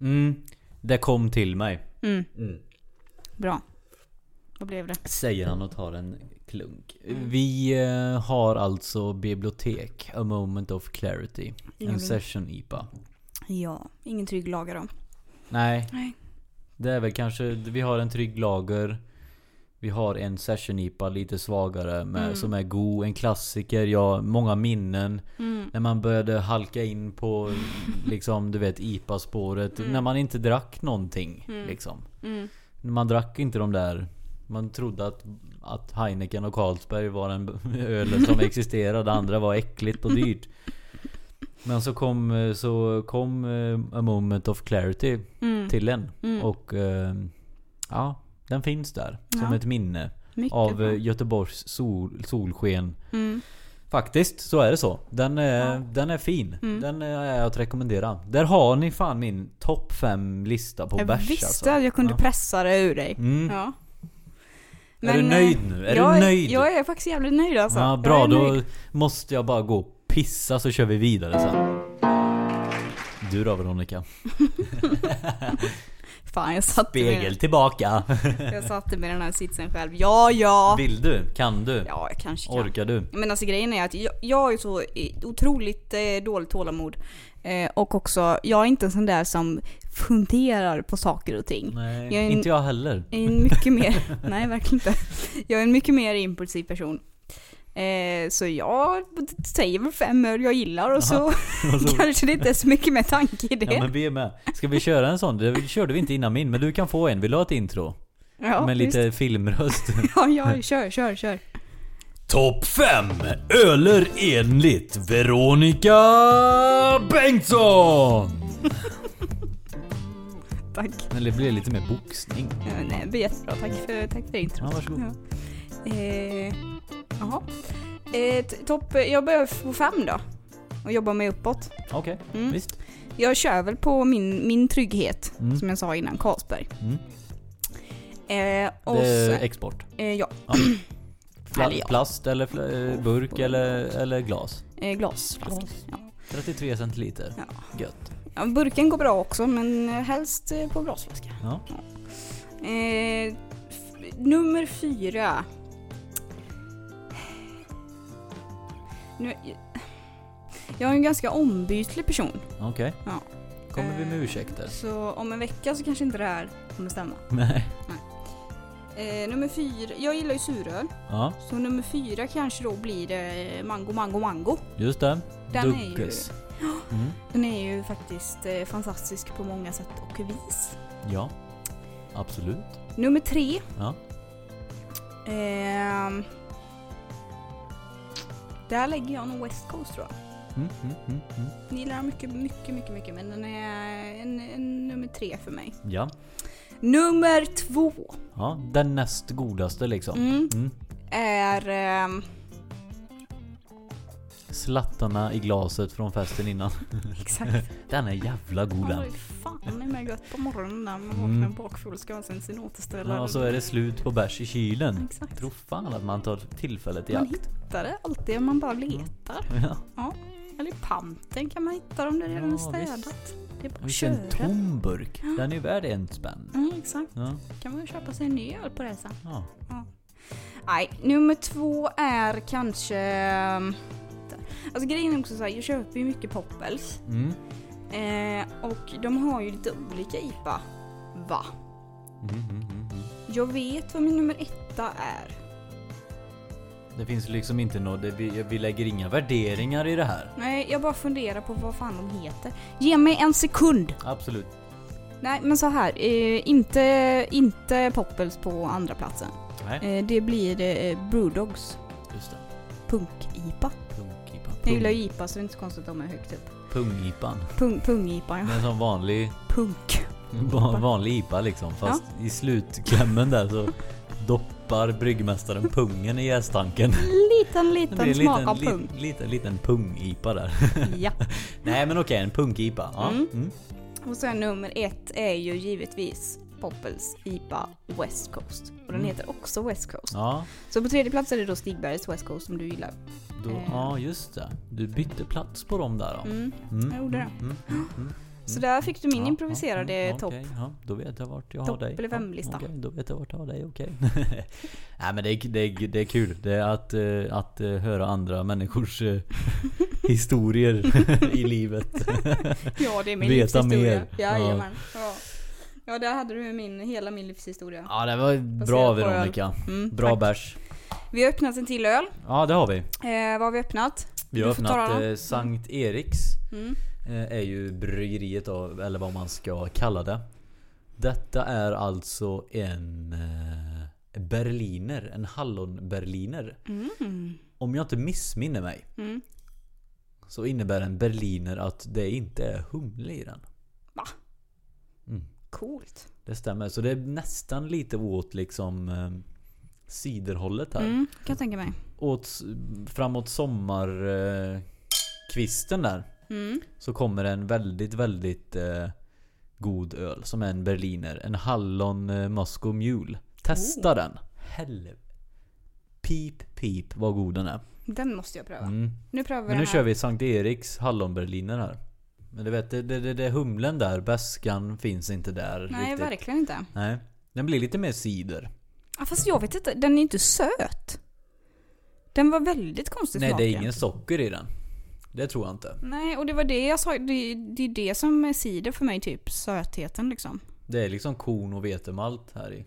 S3: Mm, det kom till mig.
S2: Mm. Bra. Vad blev det?
S3: Säger han och tar en klunk.
S2: Mm.
S3: Vi eh, har alltså bibliotek, A Moment of Clarity. En session IPA.
S2: Ja, ingen trygg lager då.
S3: Nej,
S2: Nej.
S3: det är väl kanske, vi har en trygg lager. Vi har en session IPA lite svagare med,
S2: Mm.
S3: som är god, en klassiker, ja, många minnen. När man började halka in på liksom, du vet IPA-spåret. När man inte drack någonting liksom. Man drack inte de där, man trodde att, att Heineken och Carlsberg var den ölen som existerade, andra var äckligt och dyrt. Men så kom, eh, så kom eh, A Moment of Clarity till en. Och eh, ja, den finns där. Som
S2: Ja.
S3: ett minne
S2: Mycket
S3: av
S2: bra. Mm.
S3: eh, Göteborgs sol, solsken. Faktiskt så är det så. Den är, den är fin.
S2: Mm.
S3: Den är att rekommendera. Där har ni fan min topp 5 lista på
S2: Jag
S3: bärs
S2: visste
S3: alltså.
S2: att jag kunde
S3: Ja.
S2: pressa det ur dig.
S3: Mm.
S2: Ja.
S3: är du
S2: eh,
S3: nöjd nu? Är
S2: jag,
S3: du nöjd?
S2: Jag är faktiskt jävligt nöjd alltså.
S3: ja,
S2: Jag
S3: bra,
S2: är
S3: då
S2: nöjd.
S3: måste jag bara gå och pissa så kör vi vidare sen. Du då Veronica?
S2: Fan, jag satte,
S3: Spegel
S2: mig,
S3: tillbaka!
S2: jag satte mig i den här sitsen själv. Ja, ja.
S3: Vill du? Kan du?
S2: Ja, jag kanske kan.
S3: Orkar du?
S2: Men alltså grejen är att jag, jag är så eh, otroligt eh, dåligt tålamod. Eh, och också, jag är inte en sån där som funderar på saker och ting.
S3: Nej,
S2: Jag är en-
S3: inte jag heller.
S2: Jag är en mycket mer, nej verkligen inte. Jag är en mycket mer impulsiv person. Eh, så jag säger väl fem öl jag gillar och så kanske det inte är så mycket mer tanke i det.
S3: Ja men vi är med. Ska vi köra en sån? Det körde vi inte innan min, men du kan få en. Vill du ha ett intro?
S2: Ja,
S3: med lite
S2: visst.
S3: filmröst.
S2: Ja, ja, kör, kör, kör.
S3: Topp 5 öler enligt Veronica Bengtsson!
S2: Tack.
S3: Men det blir lite mer boxning.
S2: Ja, nej, det blir jättebra. Tack för, tack för introt.
S3: Ja, varsågod.
S2: Ja. Eh, Jaha. Eh, t- topp, jag börjar på fem då. Och jobbar mig uppåt.
S3: Okej,
S2: Mm.
S3: visst.
S2: Jag kör väl på min, min trygghet,
S3: Mm.
S2: som jag sa innan, Carlsberg.
S3: Mm.
S2: Eh, och
S3: Det är
S2: sen,
S3: export.
S2: eh, ja,
S3: Pla-
S2: Eller ja.
S3: Plast eller fl- eh, burk eller, eller glas.
S2: eh, glasflaska. Ja.
S3: 33 centiliter.
S2: Ja.
S3: Gött.
S2: Ja, burken går bra också, men helst eh, på glasflaska.
S3: Ja.
S2: Eh, f- nummer fyra. Nu, jag är en ganska ombytlig person,
S3: Okej.
S2: Ja. Eh.
S3: Kommer vi med ursäkter?
S2: så om en vecka så kanske inte det här kommer stämma.
S3: Nej.
S2: Eh, nummer fyra, jag gillar ju suröl,
S3: Ja,
S2: så nummer fyra kanske då blir det mango, mango, mango.
S3: just det.
S2: Den är ju-
S3: Duggis. Mm.
S2: Den är ju faktiskt eh, fantastisk på många sätt och vis.
S3: Ja. Absolut.
S2: Nummer tre.
S3: Ja.
S2: Ehm, där lägger jag nog West Coast tror jag.
S3: Mm, mm, mm, mm.
S2: Jag gillar den mycket, mycket, mycket, mycket men den är en, en nummer tre för mig.
S3: Ja.
S2: Nummer två
S3: ja. Den näst godaste liksom.
S2: mm,
S3: Mm.
S2: är... ehm,
S3: Slattarna i glaset från festen innan.
S2: exakt.
S3: Den är jävla god
S2: Ja,
S3: den.
S2: fy fan det är med gött på morgonen när man
S3: Mm.
S2: vaknar bakfull och ska ha sin- sin återställare.
S3: Ja, och så är det slut på bärs i kylen.
S2: Exakt.
S3: Tror fan att man tar tillfället i Mm.
S2: Man
S3: akt.
S2: hittar det alltid om man bara letar.
S3: Ja.
S2: Eller i panten kan man hitta dem när det redan är
S3: Ja, visst.
S2: städat. Det är bara att
S3: Vilken
S2: köra.
S3: tom burk. Den är ju värd en spänn.
S2: Mm, exakt.
S3: Ja.
S2: kan man ju köpa sig en ny öl på resan.
S3: ja.
S2: Nej, nummer två är kanske... ehm, där. Alltså grejen är också så här, jag köper ju mycket poppels.
S3: Mm.
S2: Eh, och de har ju lite olika IPA. Va?
S3: Mm, mm, mm, mm.
S2: Jag vet vad min nummer etta är.
S3: Det finns liksom inte något, det, vi, vi lägger inga värderingar i det här.
S2: Nej, jag bara funderar på vad fan de heter. Ge mig en sekund!
S3: Absolut.
S2: Nej, men så här. Eh, inte, inte poppels på andra platsen.
S3: Nej,
S2: Eh, det blir eh, Brewdogs
S3: just det.
S2: Punk-IPA.
S3: Pungipa.
S2: Jag gillar
S3: Pung,
S2: ju IPA så det är inte så konstigt att de är högt upp.
S3: pungipan.
S2: Pung- Pung-IPA, ja. Mm.
S3: Det är en sån vanlig,
S2: Punk.
S3: va- vanlig IPA liksom. Fast i slutklämmen där så doppar bryggmästaren pungen i jästanken.
S2: Liten,
S3: Det
S2: liten
S3: blir en
S2: smak
S3: liten,
S2: av
S3: li-
S2: pung.
S3: liten, liten pung-IPA där.
S2: Ja.
S3: Nej men okej, en punk-IPA. Ja.
S2: Mm.
S3: Mm.
S2: Och sen nummer ett är ju givetvis Poppels IPA West Coast. Och den
S3: Mm.
S2: heter också West Coast.
S3: ja.
S2: Så på tredje plats är det då Stigbergs West Coast som du gillar.
S3: Då,
S2: Eh.
S3: ja, just det. Du bytte plats på dem där då.
S2: Mm.
S3: Mm.
S2: jag gjorde det.
S3: Mm. Mm. Mm.
S2: Så där fick du min
S3: Ja, mm,
S2: improviserade
S3: ja, ja,
S2: topp.
S3: okej, ja, då vet jag vart jag
S2: Topp
S3: har dig.
S2: eller femlista.
S3: Ja, okej, då vet jag vart jag har dig, okej. Nej men det är, det är, det är kul. Det är att, eh, att eh, höra andra människors eh, historier i livet.
S2: Ja, det är min
S3: Veta
S2: livshistoria.
S3: mer.
S2: Jajamän. Ja. ja, där hade du min, hela min livshistoria.
S3: Ja det var bra
S2: Baserat på öl.
S3: Veronica.
S2: Mm,
S3: Bra
S2: tack.
S3: bärs.
S2: Vi har öppnat en till öl.
S3: Ja det har vi.
S2: Eh, vad har vi öppnat?
S3: Vi har
S2: Du får ta
S3: öppnat
S2: den.
S3: eh, Sankt Eriks.
S2: Mm.
S3: eh, Är ju bryggeriet då, eller vad man ska kalla det. Detta är alltså en eh, berliner, en hallonberliner.
S2: Mm.
S3: Om jag inte missminner mig
S2: Mm.
S3: så innebär en berliner att det inte är humle i den.
S2: Va?
S3: Mm,
S2: Coolt.
S3: det stämmer. Så det är nästan lite åt liksom eh, ciderhållet här.
S2: Mm, kan jag tänka mig.
S3: Åt, s- framåt sommarkvisten eh, kvisten där
S2: Mm.
S3: så kommer en väldigt, väldigt eh, god öl som är en berliner. En hallon eh, Moscow Mule.
S2: Oh.
S3: Testa den. Helvete. Pip, pip vad god den är.
S2: Den måste jag pröva.
S3: Mm.
S2: Nu prövar vi
S3: Men
S2: den
S3: nu
S2: här.
S3: kör vi Sankt Eriks hallonberliner här. Men du vet, det, det, det, det är humlen där. Bäskan finns inte där
S2: Nej,
S3: riktigt.
S2: verkligen inte.
S3: Nej, Den blir lite mer cider.
S2: Ja, fast jag vet inte, den är inte söt. Den var väldigt konstig
S3: Nej, det
S2: smaken.
S3: är ingen socker i den. Det tror jag inte.
S2: Nej, och det var det jag sa, det, det är det som är cider för mig typ, sötheten liksom.
S3: Det är liksom korn och vetemalt här i.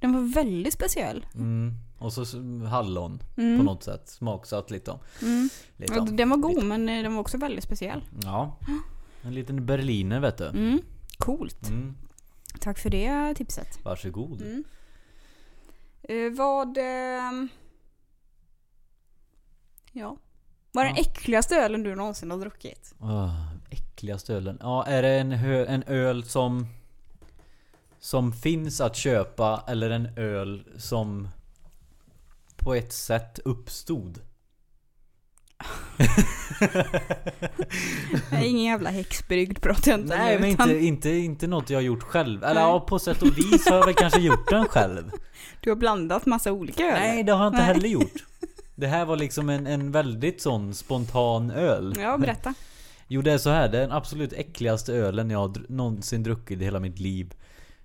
S2: Den var väldigt speciell.
S3: Mm. Och så s- hallon på
S2: Mm.
S3: något sätt. Smaksatt lite.
S2: Mm.
S3: lite.
S2: Ja, den var god men eh, den var också väldigt speciell.
S3: Ja. En liten berliner vet du.
S2: Mm. Coolt.
S3: Mm.
S2: Tack för det tipset.
S3: Varsågod.
S2: Mm. Eh, vad... ehm, Ja. Vad är den äckligaste ölen du någonsin har druckit?
S3: Oh, äckligaste ölen. Ja, är det en, hö- en öl som... Som finns att köpa eller en öl som... På ett sätt uppstod?
S2: Jag är ingen jävla häxbrygd pratar jag inte om
S3: Mm.
S2: nu,
S3: Nej men
S2: utan
S3: inte, inte, inte något jag har gjort själv. Eller
S2: Nej.
S3: ja, på sätt och vis har jag väl kanske gjort den själv.
S2: Du har blandat massa olika öl.
S3: Nej det har jag inte
S2: Nej.
S3: heller gjort. Det här var liksom en, en väldigt sån spontan öl.
S2: Ja, berätta.
S3: Jo det är så här, den absolut äckligaste ölen jag har dr- någonsin druckit i hela mitt liv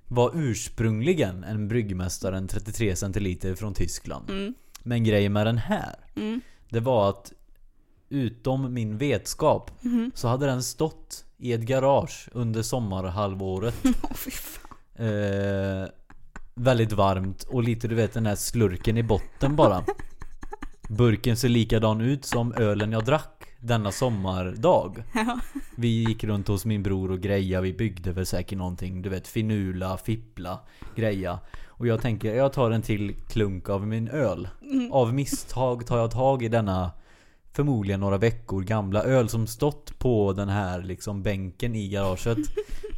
S3: var ursprungligen en bryggmästaren 33 centiliter från Tyskland.
S2: Mm.
S3: Men grejen med den här,
S2: Mm.
S3: det var att utom min vetskap
S2: Mm-hmm.
S3: så hade den stått i ett garage under sommarhalvåret.
S2: Åh fy fan.
S3: eh, väldigt varmt och lite du vet den här slurken i botten bara. Burken ser likadan ut som ölen jag drack denna sommardag. Vi gick runt hos min bror och greja, vi byggde väl säkert någonting. Du vet finula, fippla, greja. Och jag tänker, jag tar en till klunk av min öl. Av misstag tar jag tag i denna förmodligen några veckor gamla öl som stått på den här liksom bänken i garaget.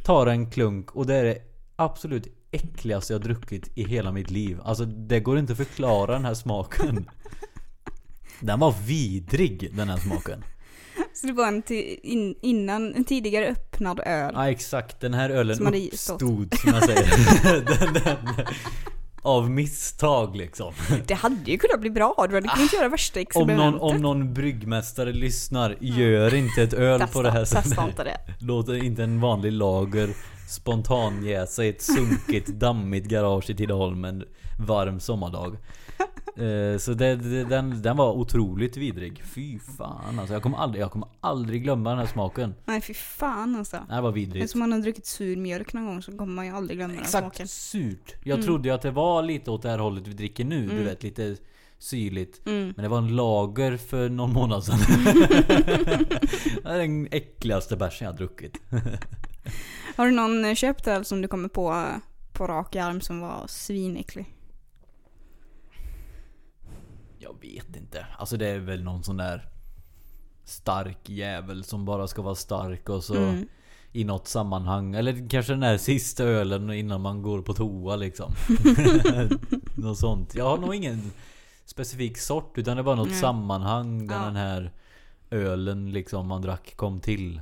S3: Tar en klunk och det är det absolut äckligaste jag druckit i hela mitt liv. Alltså det går inte att förklara den här smaken. Den var vidrig den här smaken.
S2: Så det var en, ti- in, innan, en tidigare öppnad öl.
S3: Ja exakt, den här ölen
S2: Som hade i- stått.
S3: uppstod som jag säger. den, den, av misstag liksom.
S2: Det hade ju kunnat bli bra. Du hade kunnat göra värsta
S3: Ah. Om
S2: experimentet.
S3: någon, om någon bryggmästare lyssnar, gör inte ett öl på det här
S2: Testa- Testa
S3: sättet.
S2: inte det.
S3: Låt inte en vanlig lager spontanjäsa i ett sunkigt, dammigt garage i Tidaholm en varm sommardag. Eh, Så det, det, den, den var otroligt vidrig. Fy fan alltså. Jag kommer aldrig, jag kommer aldrig glömma den här smaken.
S2: Nej fy fan alltså.
S3: Det här var
S2: Det är
S3: vidrigt.
S2: som om man har druckit sur mjölk någon gång så kommer man ju aldrig glömma den smaken.
S3: Exakt surt. Jag trodde ju att det var lite åt det här hållet vi dricker nu. Du vet lite syrligt. Men det var en lager för någon månad sedan. det är den äckligaste bärsen jag har druckit.
S2: Har du någon eh, köpt öl som du kommer på eh, på rak arm som var svinäcklig?
S3: Jag vet inte. Alltså det är väl någon sån där stark jävel som bara ska vara stark och så i något sammanhang. Eller kanske den här sista ölen innan man går på toa liksom. något sånt. Jag har nog ingen specifik sort utan det är bara något sammanhang där
S2: Ja.
S3: den här ölen liksom man drack kom till.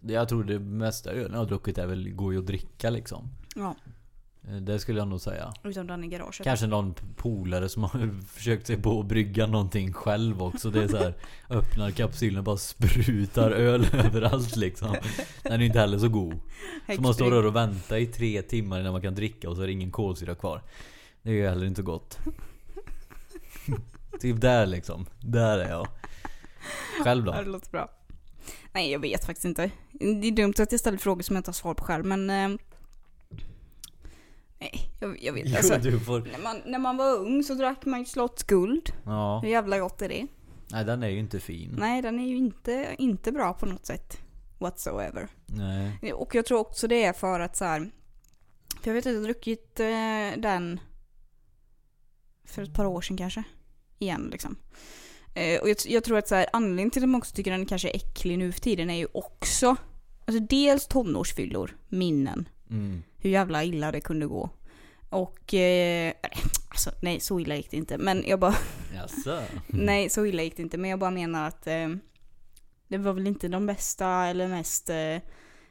S3: Jag tror det mesta ölen jag har druckit är väl går ju att dricka liksom.
S2: Ja,
S3: Eh, Det skulle jag nog säga.
S2: utom den i garaget.
S3: Kanske någon polare som har försökt sig på att brygga någonting själv också. Det är så här, öppnar kapsylen och bara sprutar öl överallt liksom. Den är inte heller så god. Så man står där och väntar i tre timmar innan man kan dricka och så är det ingen kolsyra kvar. Det är ju heller inte gott. Typ där liksom. Där är jag. Själv då?
S2: Ja, det låter bra. Nej, jag vet faktiskt inte. Det är dumt att jag ställer frågor som jag inte har svar på själv, men... eh, Nej, jag, jag vet alltså,
S3: Jo, du får...
S2: när, man, när man var ung så drack man ju slottsguld.
S3: Ja.
S2: Hur jävla gott är det?
S3: Nej den är ju inte fin.
S2: Nej, den är ju inte, inte bra på något sätt. Whatsoever.
S3: Nej.
S2: Och jag tror också det är för att så här. För jag vet att jag har druckit eh, den för ett par år sedan kanske. Igen liksom. Eh, och jag, jag tror att så här, anledningen till att man också tycker den kanske är äcklig nu för tiden är ju också. Alltså dels tonårsfyllor, minnen.
S3: Mm.
S2: Hur jävla illa det kunde gå. Och... Eh, alltså nej, så illa gick det inte. Men jag bara
S3: Jaså?
S2: Nej, så illa gick det inte. Men jag bara menar att eh, det var väl inte de bästa eller mest eh,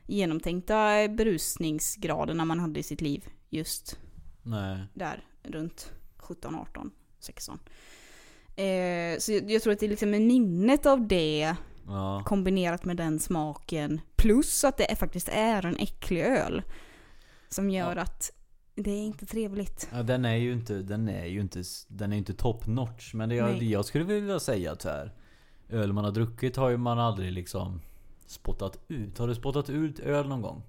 S2: genomtänkta berusningsgraderna man hade i sitt liv. Just
S3: Nej.
S2: där runt 17, 18, 16. Eh, så jag, jag tror att det är liksom minnet av det
S3: Ja.
S2: kombinerat med den smaken plus att det är, faktiskt är en äcklig öl som gör att det är inte trevligt.
S3: Ja, den är ju inte, den är ju inte, den är ju inte top notch. Men det jag,
S2: Nej.
S3: jag skulle vilja säga att så här, öl man har druckit har ju man aldrig liksom spottat ut. Har du spottat ut öl någon gång?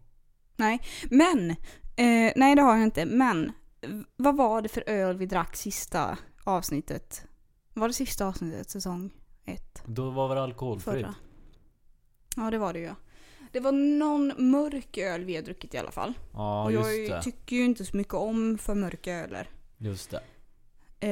S2: Nej, men. Eh, nej det har jag inte, men. v- Vad var det för öl vi drack sista avsnittet? Var det sista avsnittet, säsong ett?
S3: Då var väl alkoholfritt?
S2: Förra. Ja det var det ju ja. Det var någon mörk öl vi har druckit i alla fall.
S3: Ja,
S2: Och jag
S3: just det.
S2: tycker ju inte så mycket om för mörka öler.
S3: Just det.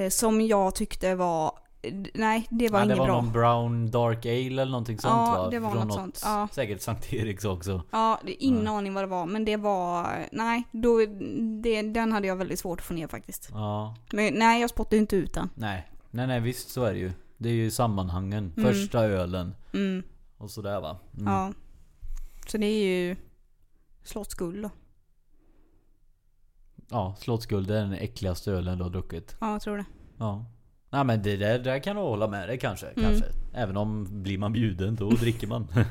S2: Eh, som jag tyckte var d- nej, det var
S3: Ja, det
S2: inget
S3: var
S2: bra.
S3: någon brown dark ale eller någonting sånt
S2: Ja,
S3: va?
S2: det var
S3: Från
S2: något sånt, ja.
S3: Säkert Sankt Eriks också.
S2: Ja, det är ingen
S3: Mm.
S2: aning vad det var, men det var, nej, då, det, den hade jag väldigt svårt att få ner faktiskt.
S3: Ja.
S2: Men nej, jag spottade inte ut den.
S3: Nej. Nej nej visst så är det ju. Det är ju sammanhangen. Första ölen.
S2: Mm,
S3: Och sådär va. Mm.
S2: ja. Så det är ju Slottsguld då.
S3: Ja, Slottsguld är den äckligaste ölen du har druckit.
S2: Ja, jag tror det.
S3: Ja. Nej men det där, där kan du hålla med dig kanske.
S2: Mm.
S3: kanske. Även om blir man bjuden då dricker man.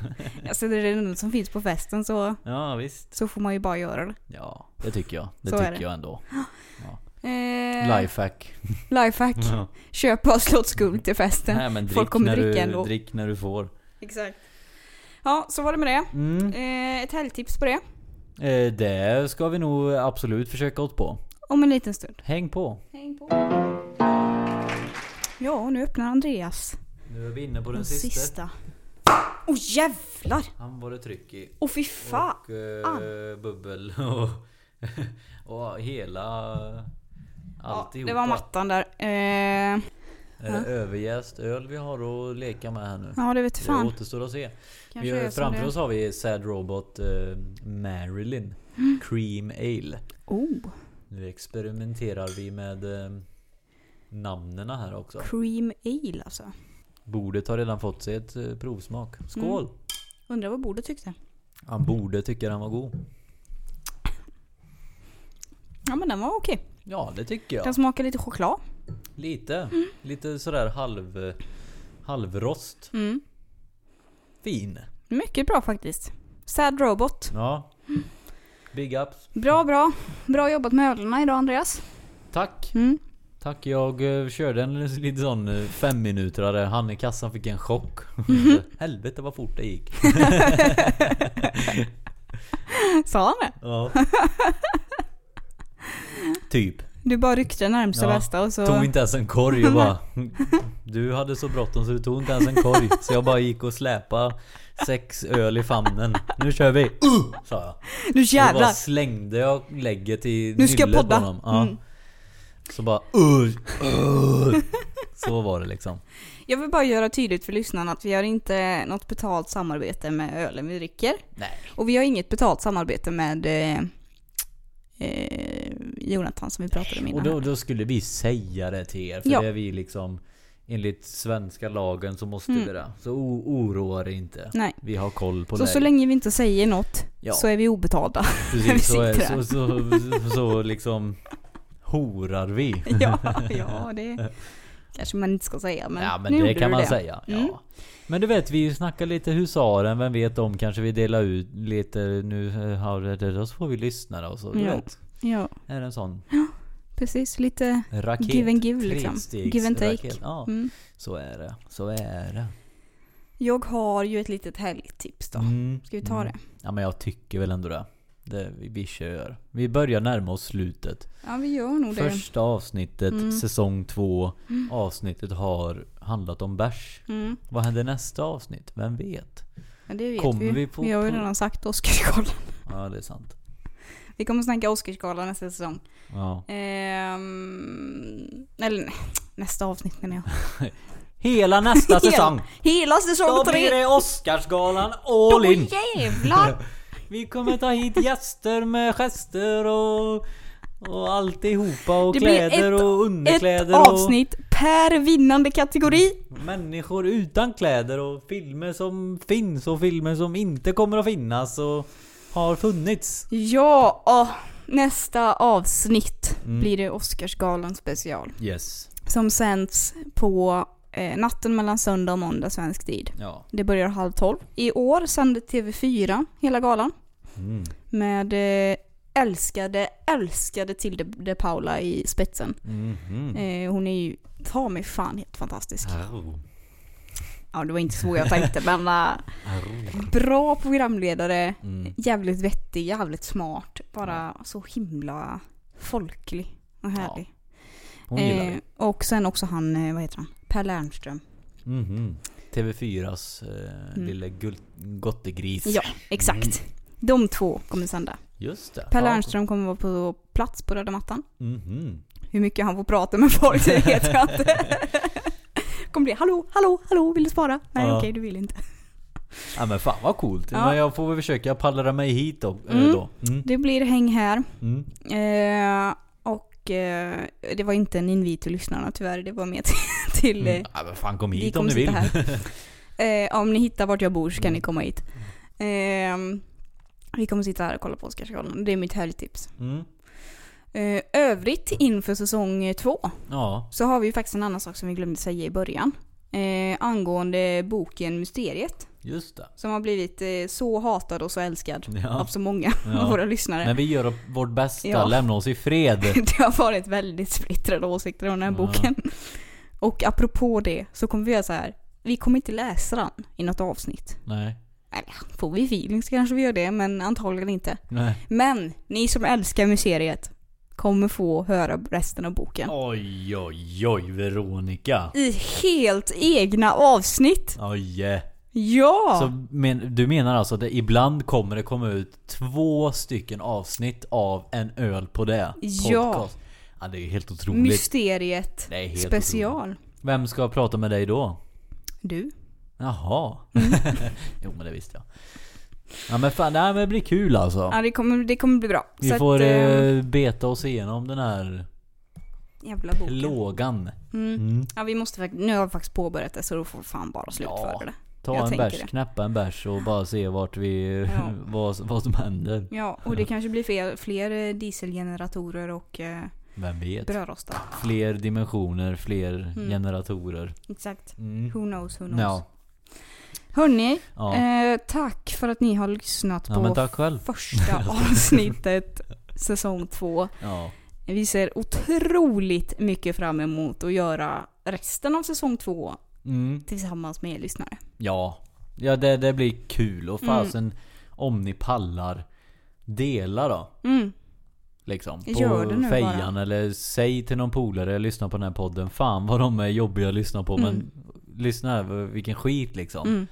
S2: Alltså det är det enda som finns på festen så,
S3: ja visst.
S2: så får man ju bara göra det.
S3: Ja, det tycker jag. Det
S2: Så är
S3: tycker
S2: det.
S3: jag ändå.
S2: Eh,
S3: Lifehack.
S2: Lifehack.
S3: Ja.
S2: Köp bara Slottsguld till festen.
S3: Nej men drick,
S2: Folk kommer
S3: när
S2: dricka
S3: du,
S2: ändå.
S3: drick när du får.
S2: Exakt. Ja, så var det med det.
S3: Mm.
S2: Eh, ett helgtips på det.
S3: Eh, det ska vi nog absolut försöka oss på.
S2: Om en liten stund.
S3: Häng på.
S2: Häng på. Ja, nu öppnar Andreas
S3: Nu är vi inne på den,
S2: den
S3: sista.
S2: sista. Åh oh, jävlar!
S3: Han var det tryck i.
S2: Åh fy fan!
S3: Och eh, bubbel och, och hela...
S2: Ja,
S3: Alltihopa.
S2: det var mattan där. Eh,
S3: Är det överjäst öl vi har att leka med här nu?
S2: ja, det vet
S3: Det
S2: fan.
S3: återstår att se.
S2: Kanske
S3: vi,
S2: är som
S3: framför
S2: det.
S3: oss har vi Sad Robot eh, Marilyn
S2: Mm.
S3: Cream Ale.
S2: Oh,
S3: Nu experimenterar vi med eh, namnen här också.
S2: cream ale alltså.
S3: Bordet har redan fått sig ett eh, provsmak.
S2: Mm.
S3: Skål!
S2: Undrar vad bordet tyckte.
S3: Han borde tycka den var god.
S2: Ja men den var okej.
S3: Ja, det tycker jag.
S2: Den smakar lite choklad.
S3: Lite.
S2: Mm.
S3: Lite sådär halv... eh, Halvrost.
S2: Mm.
S3: Fin.
S2: Mycket bra faktiskt. Sad Robot.
S3: Ja. Big ups.
S2: Bra, bra. Bra jobbat med ölerna idag Andreas.
S3: Tack.
S2: Mm.
S3: Tack. Jag eh, körde en lite sån eh, femminutrare. Han i kassan fick en chock.
S2: Mm.
S3: Helvete vad fort det gick.
S2: Sa han det?
S3: Ja. typ.
S2: Du bara ryckte närmsta
S3: Ja.
S2: bästa och så...
S3: Tog inte ens en korg och bara... Du hade så bråttom så du tog inte ens en korg. Så jag bara gick och släpade sex öl i famnen. Nu kör vi! Uh! Sa jag.
S2: Nu
S3: Då bara
S2: jävlar!
S3: slängde jag lägget i
S2: Nu ska jag
S3: nyllet
S2: podda. Mm.
S3: på honom. Ja. Så bara uh, uh. Så var det liksom.
S2: Jag vill bara göra tydligt för lyssnarna att vi har inte något betalt samarbete med ölen vi dricker.
S3: Nej.
S2: Och vi har inget betalt samarbete med eh, eh, Jonathan som vi pratade om
S3: Och
S2: innan.
S3: då, då skulle vi säga det till er. För
S2: Ja.
S3: det är vi liksom Enligt svenska lagen så måste vi det. Så o- oroa er inte.
S2: Nej.
S3: Vi har koll på
S2: Mm. så,
S3: läget.
S2: så länge vi inte säger något
S3: Ja.
S2: så är vi obetalda. vi
S3: Precis, så, är,
S2: sitter här.
S3: så, så, så, så liksom horar vi.
S2: ja, ja, det kanske man inte ska säga men,
S3: ja men
S2: nu
S3: det
S2: gjorde
S3: kan
S2: du
S3: man
S2: det.
S3: säga. Ja.
S2: Mm.
S3: Men du vet, vi snackar lite Husaren, vem vet om kanske vi delar ut lite nu, eh, har det- då så får vi lyssnare och så. Du
S2: Ja.
S3: vet,
S2: Ja,
S3: är det en sån
S2: precis. Lite
S3: raket.
S2: give and give liksom.
S3: Trestegsraket.
S2: Give and take.
S3: Ja,
S2: Mm.
S3: så är det. Så är det.
S2: Jag har ju ett litet helgtips då.
S3: Mm,
S2: Ska vi ta
S3: mm.
S2: det?
S3: Ja men jag tycker väl ändå det. det vi, vi kör. Vi börjar närma oss slutet.
S2: Ja vi gör nog det. Mm.
S3: Första avsnittet, säsong två, avsnittet har handlat om bärs.
S2: Mm.
S3: Vad händer nästa avsnitt? Vem vet?
S2: Ja, det vet
S3: Kommer
S2: vi.
S3: vi på-
S2: vi har ju
S3: på-
S2: redan sagt Oscarsgalan.
S3: Ja, det är sant.
S2: Vi kommer snacka Oscarsgalan nästa säsong.
S3: Ja.
S2: Ehm, eller nej, nästa avsnitt menar jag.
S3: Hela nästa säsong!
S2: Hela
S3: Då
S2: säsong
S3: blir
S2: tre!
S3: det Oscarsgalan
S2: Då
S3: all in!
S2: jävlar!
S3: Vi kommer ta hit gäster med gester och, och alltihopa och
S2: Det blir
S3: kläder
S2: ett,
S3: och underkläder
S2: ett avsnitt per vinnande kategori.
S3: och människor utan kläder och filmer som finns och filmer som inte kommer att finnas och har funnits.
S2: Ja, åh, nästa avsnitt
S3: Mm.
S2: blir det Oscarsgalan special.
S3: Yes.
S2: Som sänds på eh, natten mellan söndag och måndag svensk tid.
S3: Ja.
S2: Det börjar halv tolv. I år sände TV4 hela galan.
S3: Mm.
S2: Med eh, älskade, älskade Tilde de Paula i spetsen.
S3: Mhm.
S2: Eh, hon är ju ta mig fan helt fantastisk.
S3: Arr.
S2: Ja, det var inte så jag tänkte men eh,
S3: Arr.
S2: bra programledare,
S3: Mm.
S2: jävligt vettig, jävligt smart, bara så himla folklig och härlig.
S3: Hon gillar
S2: Eh,
S3: det.
S2: och sen också han, eh, vad heter han, Per Lernström.
S3: Mhm. TV4s eh, lilla gul- gottegris.
S2: Mm. Ja, exakt. De två kommer sända.
S3: Just det.
S2: Per
S3: Mm. Ja.
S2: Lernström kommer vara på plats på röda mattan.
S3: Mhm.
S2: Hur mycket han får prata med folk det vet jag inte. kommer det hallå, hallå, hallå, vill du spara? Nej
S3: Ja.
S2: okej, du vill inte.
S3: Ja men fan vad coolt.
S2: Ja.
S3: Men jag får väl försöka pallra mig hit då. eh,
S2: Mm.
S3: då. Mm.
S2: Det blir häng här.
S3: Mm.
S2: Eh, och eh, det var inte en invit till lyssnarna tyvärr, det var mer till, till eh,
S3: Mm. Ja, men fan kom
S2: Vi
S3: hit om
S2: kommer
S3: ni vill. Mm.
S2: sitta här. Eh, om ni hittar vart jag bor så kan ni komma hit. Ehm, vi kommer sitta här och kolla på Oscarsgalan. Det är mitt helgtips.
S3: Mm.
S2: Eh, övrigt inför säsong två
S3: Ja.
S2: så har vi ju faktiskt en annan sak som vi glömde säga i början. Eh, angående boken Mysteriet.
S3: Just det.
S2: Som har blivit eh, så hatad och så älskad
S3: Ja.
S2: av så många
S3: Ja.
S2: av våra lyssnare.
S3: Men vi gör vårt bästa.
S2: Ja.
S3: Lämna oss i fred.
S2: det har varit väldigt splittrade åsikter om den här
S3: Ja.
S2: boken. Och apropå det så kommer vi göra så här. Vi kommer inte läsa den i något avsnitt.
S3: Nej.
S2: Eller, får vi feeling så kanske vi gör det, men antagligen inte.
S3: Nej.
S2: Men ni som älskar mysteriet kommer få höra resten av boken.
S3: Oj oj oj Veronica.
S2: I helt egna avsnitt.
S3: Oj.
S2: Ja!
S3: Så men, du menar alltså att det ibland kommer det komma ut två stycken avsnitt av en öl på det?
S2: Ja.
S3: Podcast. Ja det är ju helt otroligt.
S2: mysteriet
S3: det är helt
S2: special.
S3: Otroligt. Vem ska prata med dig då?
S2: Du?
S3: Jaha.
S2: Mm.
S3: jo men det visste jag. Ja men fan, det här men blir kul alltså.
S2: Ja, det kommer, det kommer bli bra.
S3: Vi
S2: Så att,
S3: får
S2: eh,
S3: eh, beta oss igenom den här
S2: jävla boken.
S3: lågan.
S2: Mm.
S3: Mm.
S2: Ja, vi måste fakt- nu har vi faktiskt påbörjat det så då får vi fan bara slutföra
S3: Ja.
S2: det.
S3: Ta
S2: Jag
S3: en
S2: tänker
S3: bärs,
S2: det.
S3: knäppa en bärs och bara se vart vi...
S2: Ja.
S3: vad, vad som händer.
S2: Ja, och det kanske blir fler, fler eh, dieselgeneratorer och eh,
S3: Vem vet?
S2: brödrostar.
S3: Fler dimensioner, fler generatorer.
S2: Exakt.
S3: Mm.
S2: Mm. Who knows, who knows.
S3: Ja.
S2: Hörni,
S3: Ja.
S2: eh, tack för att ni har lyssnat
S3: Ja,
S2: på
S3: men tack själv.
S2: första avsnittet säsong två.
S3: Ja.
S2: Vi ser otroligt mycket fram emot att göra resten av säsong två
S3: Mm.
S2: tillsammans med er lyssnare.
S3: Ja. Ja det, det blir kul
S2: Mm.
S3: och fasen om ni pallar dela då.
S2: Mm.
S3: Liksom. På
S2: Gör det nu
S3: fejan
S2: bara.
S3: eller säg till någon polare, lyssna på den här podden. Fan vad de är jobbiga att lyssna på men lyssna här, vilken skit liksom.
S2: Mm.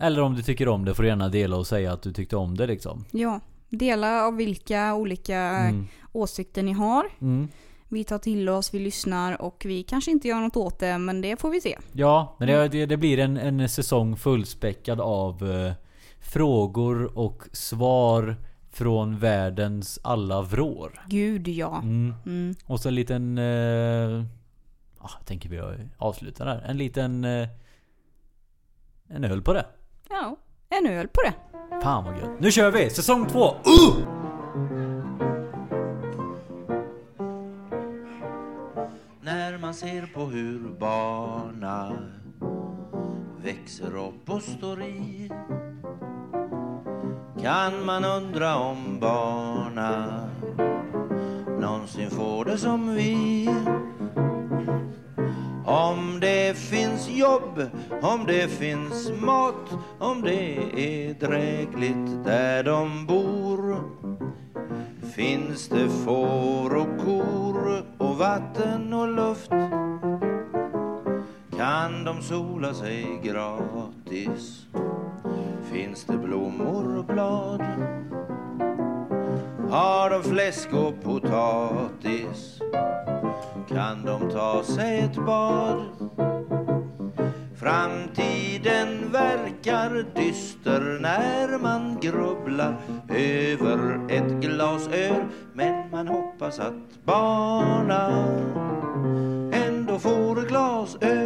S3: Eller om du tycker om det får du gärna dela och säga att du tyckte om det liksom.
S2: Ja, dela av vilka olika
S3: Mm.
S2: åsikter ni har.
S3: Mm.
S2: Vi tar till oss, vi lyssnar och vi kanske inte gör något åt det men det får vi se.
S3: Ja, men det, det, det blir en, en säsong fullspäckad av eh, frågor och svar från världens alla vrår.
S2: Gud ja.
S3: Mm.
S2: Mm.
S3: Och så en liten... Eh, ah, jag tänker vi avslutar där. En liten... Eh, en öl på det.
S2: Ja, en öl på det.
S3: Fan vad gött. Nu kör vi! Säsong två!
S1: När man ser på hur barna växer upp och står i kan man undra om barna någonsin får det som vi om det finns jobb, om det finns mat, om det är drägligt där de bor finns det får och kor och vatten och luft kan de sola sig gratis finns det blommor och blad har de fläsk och potatis kan de ta sig ett bad Framtiden verkar dyster när man grubblar över ett glas öl men man hoppas att barna ändå får glas öl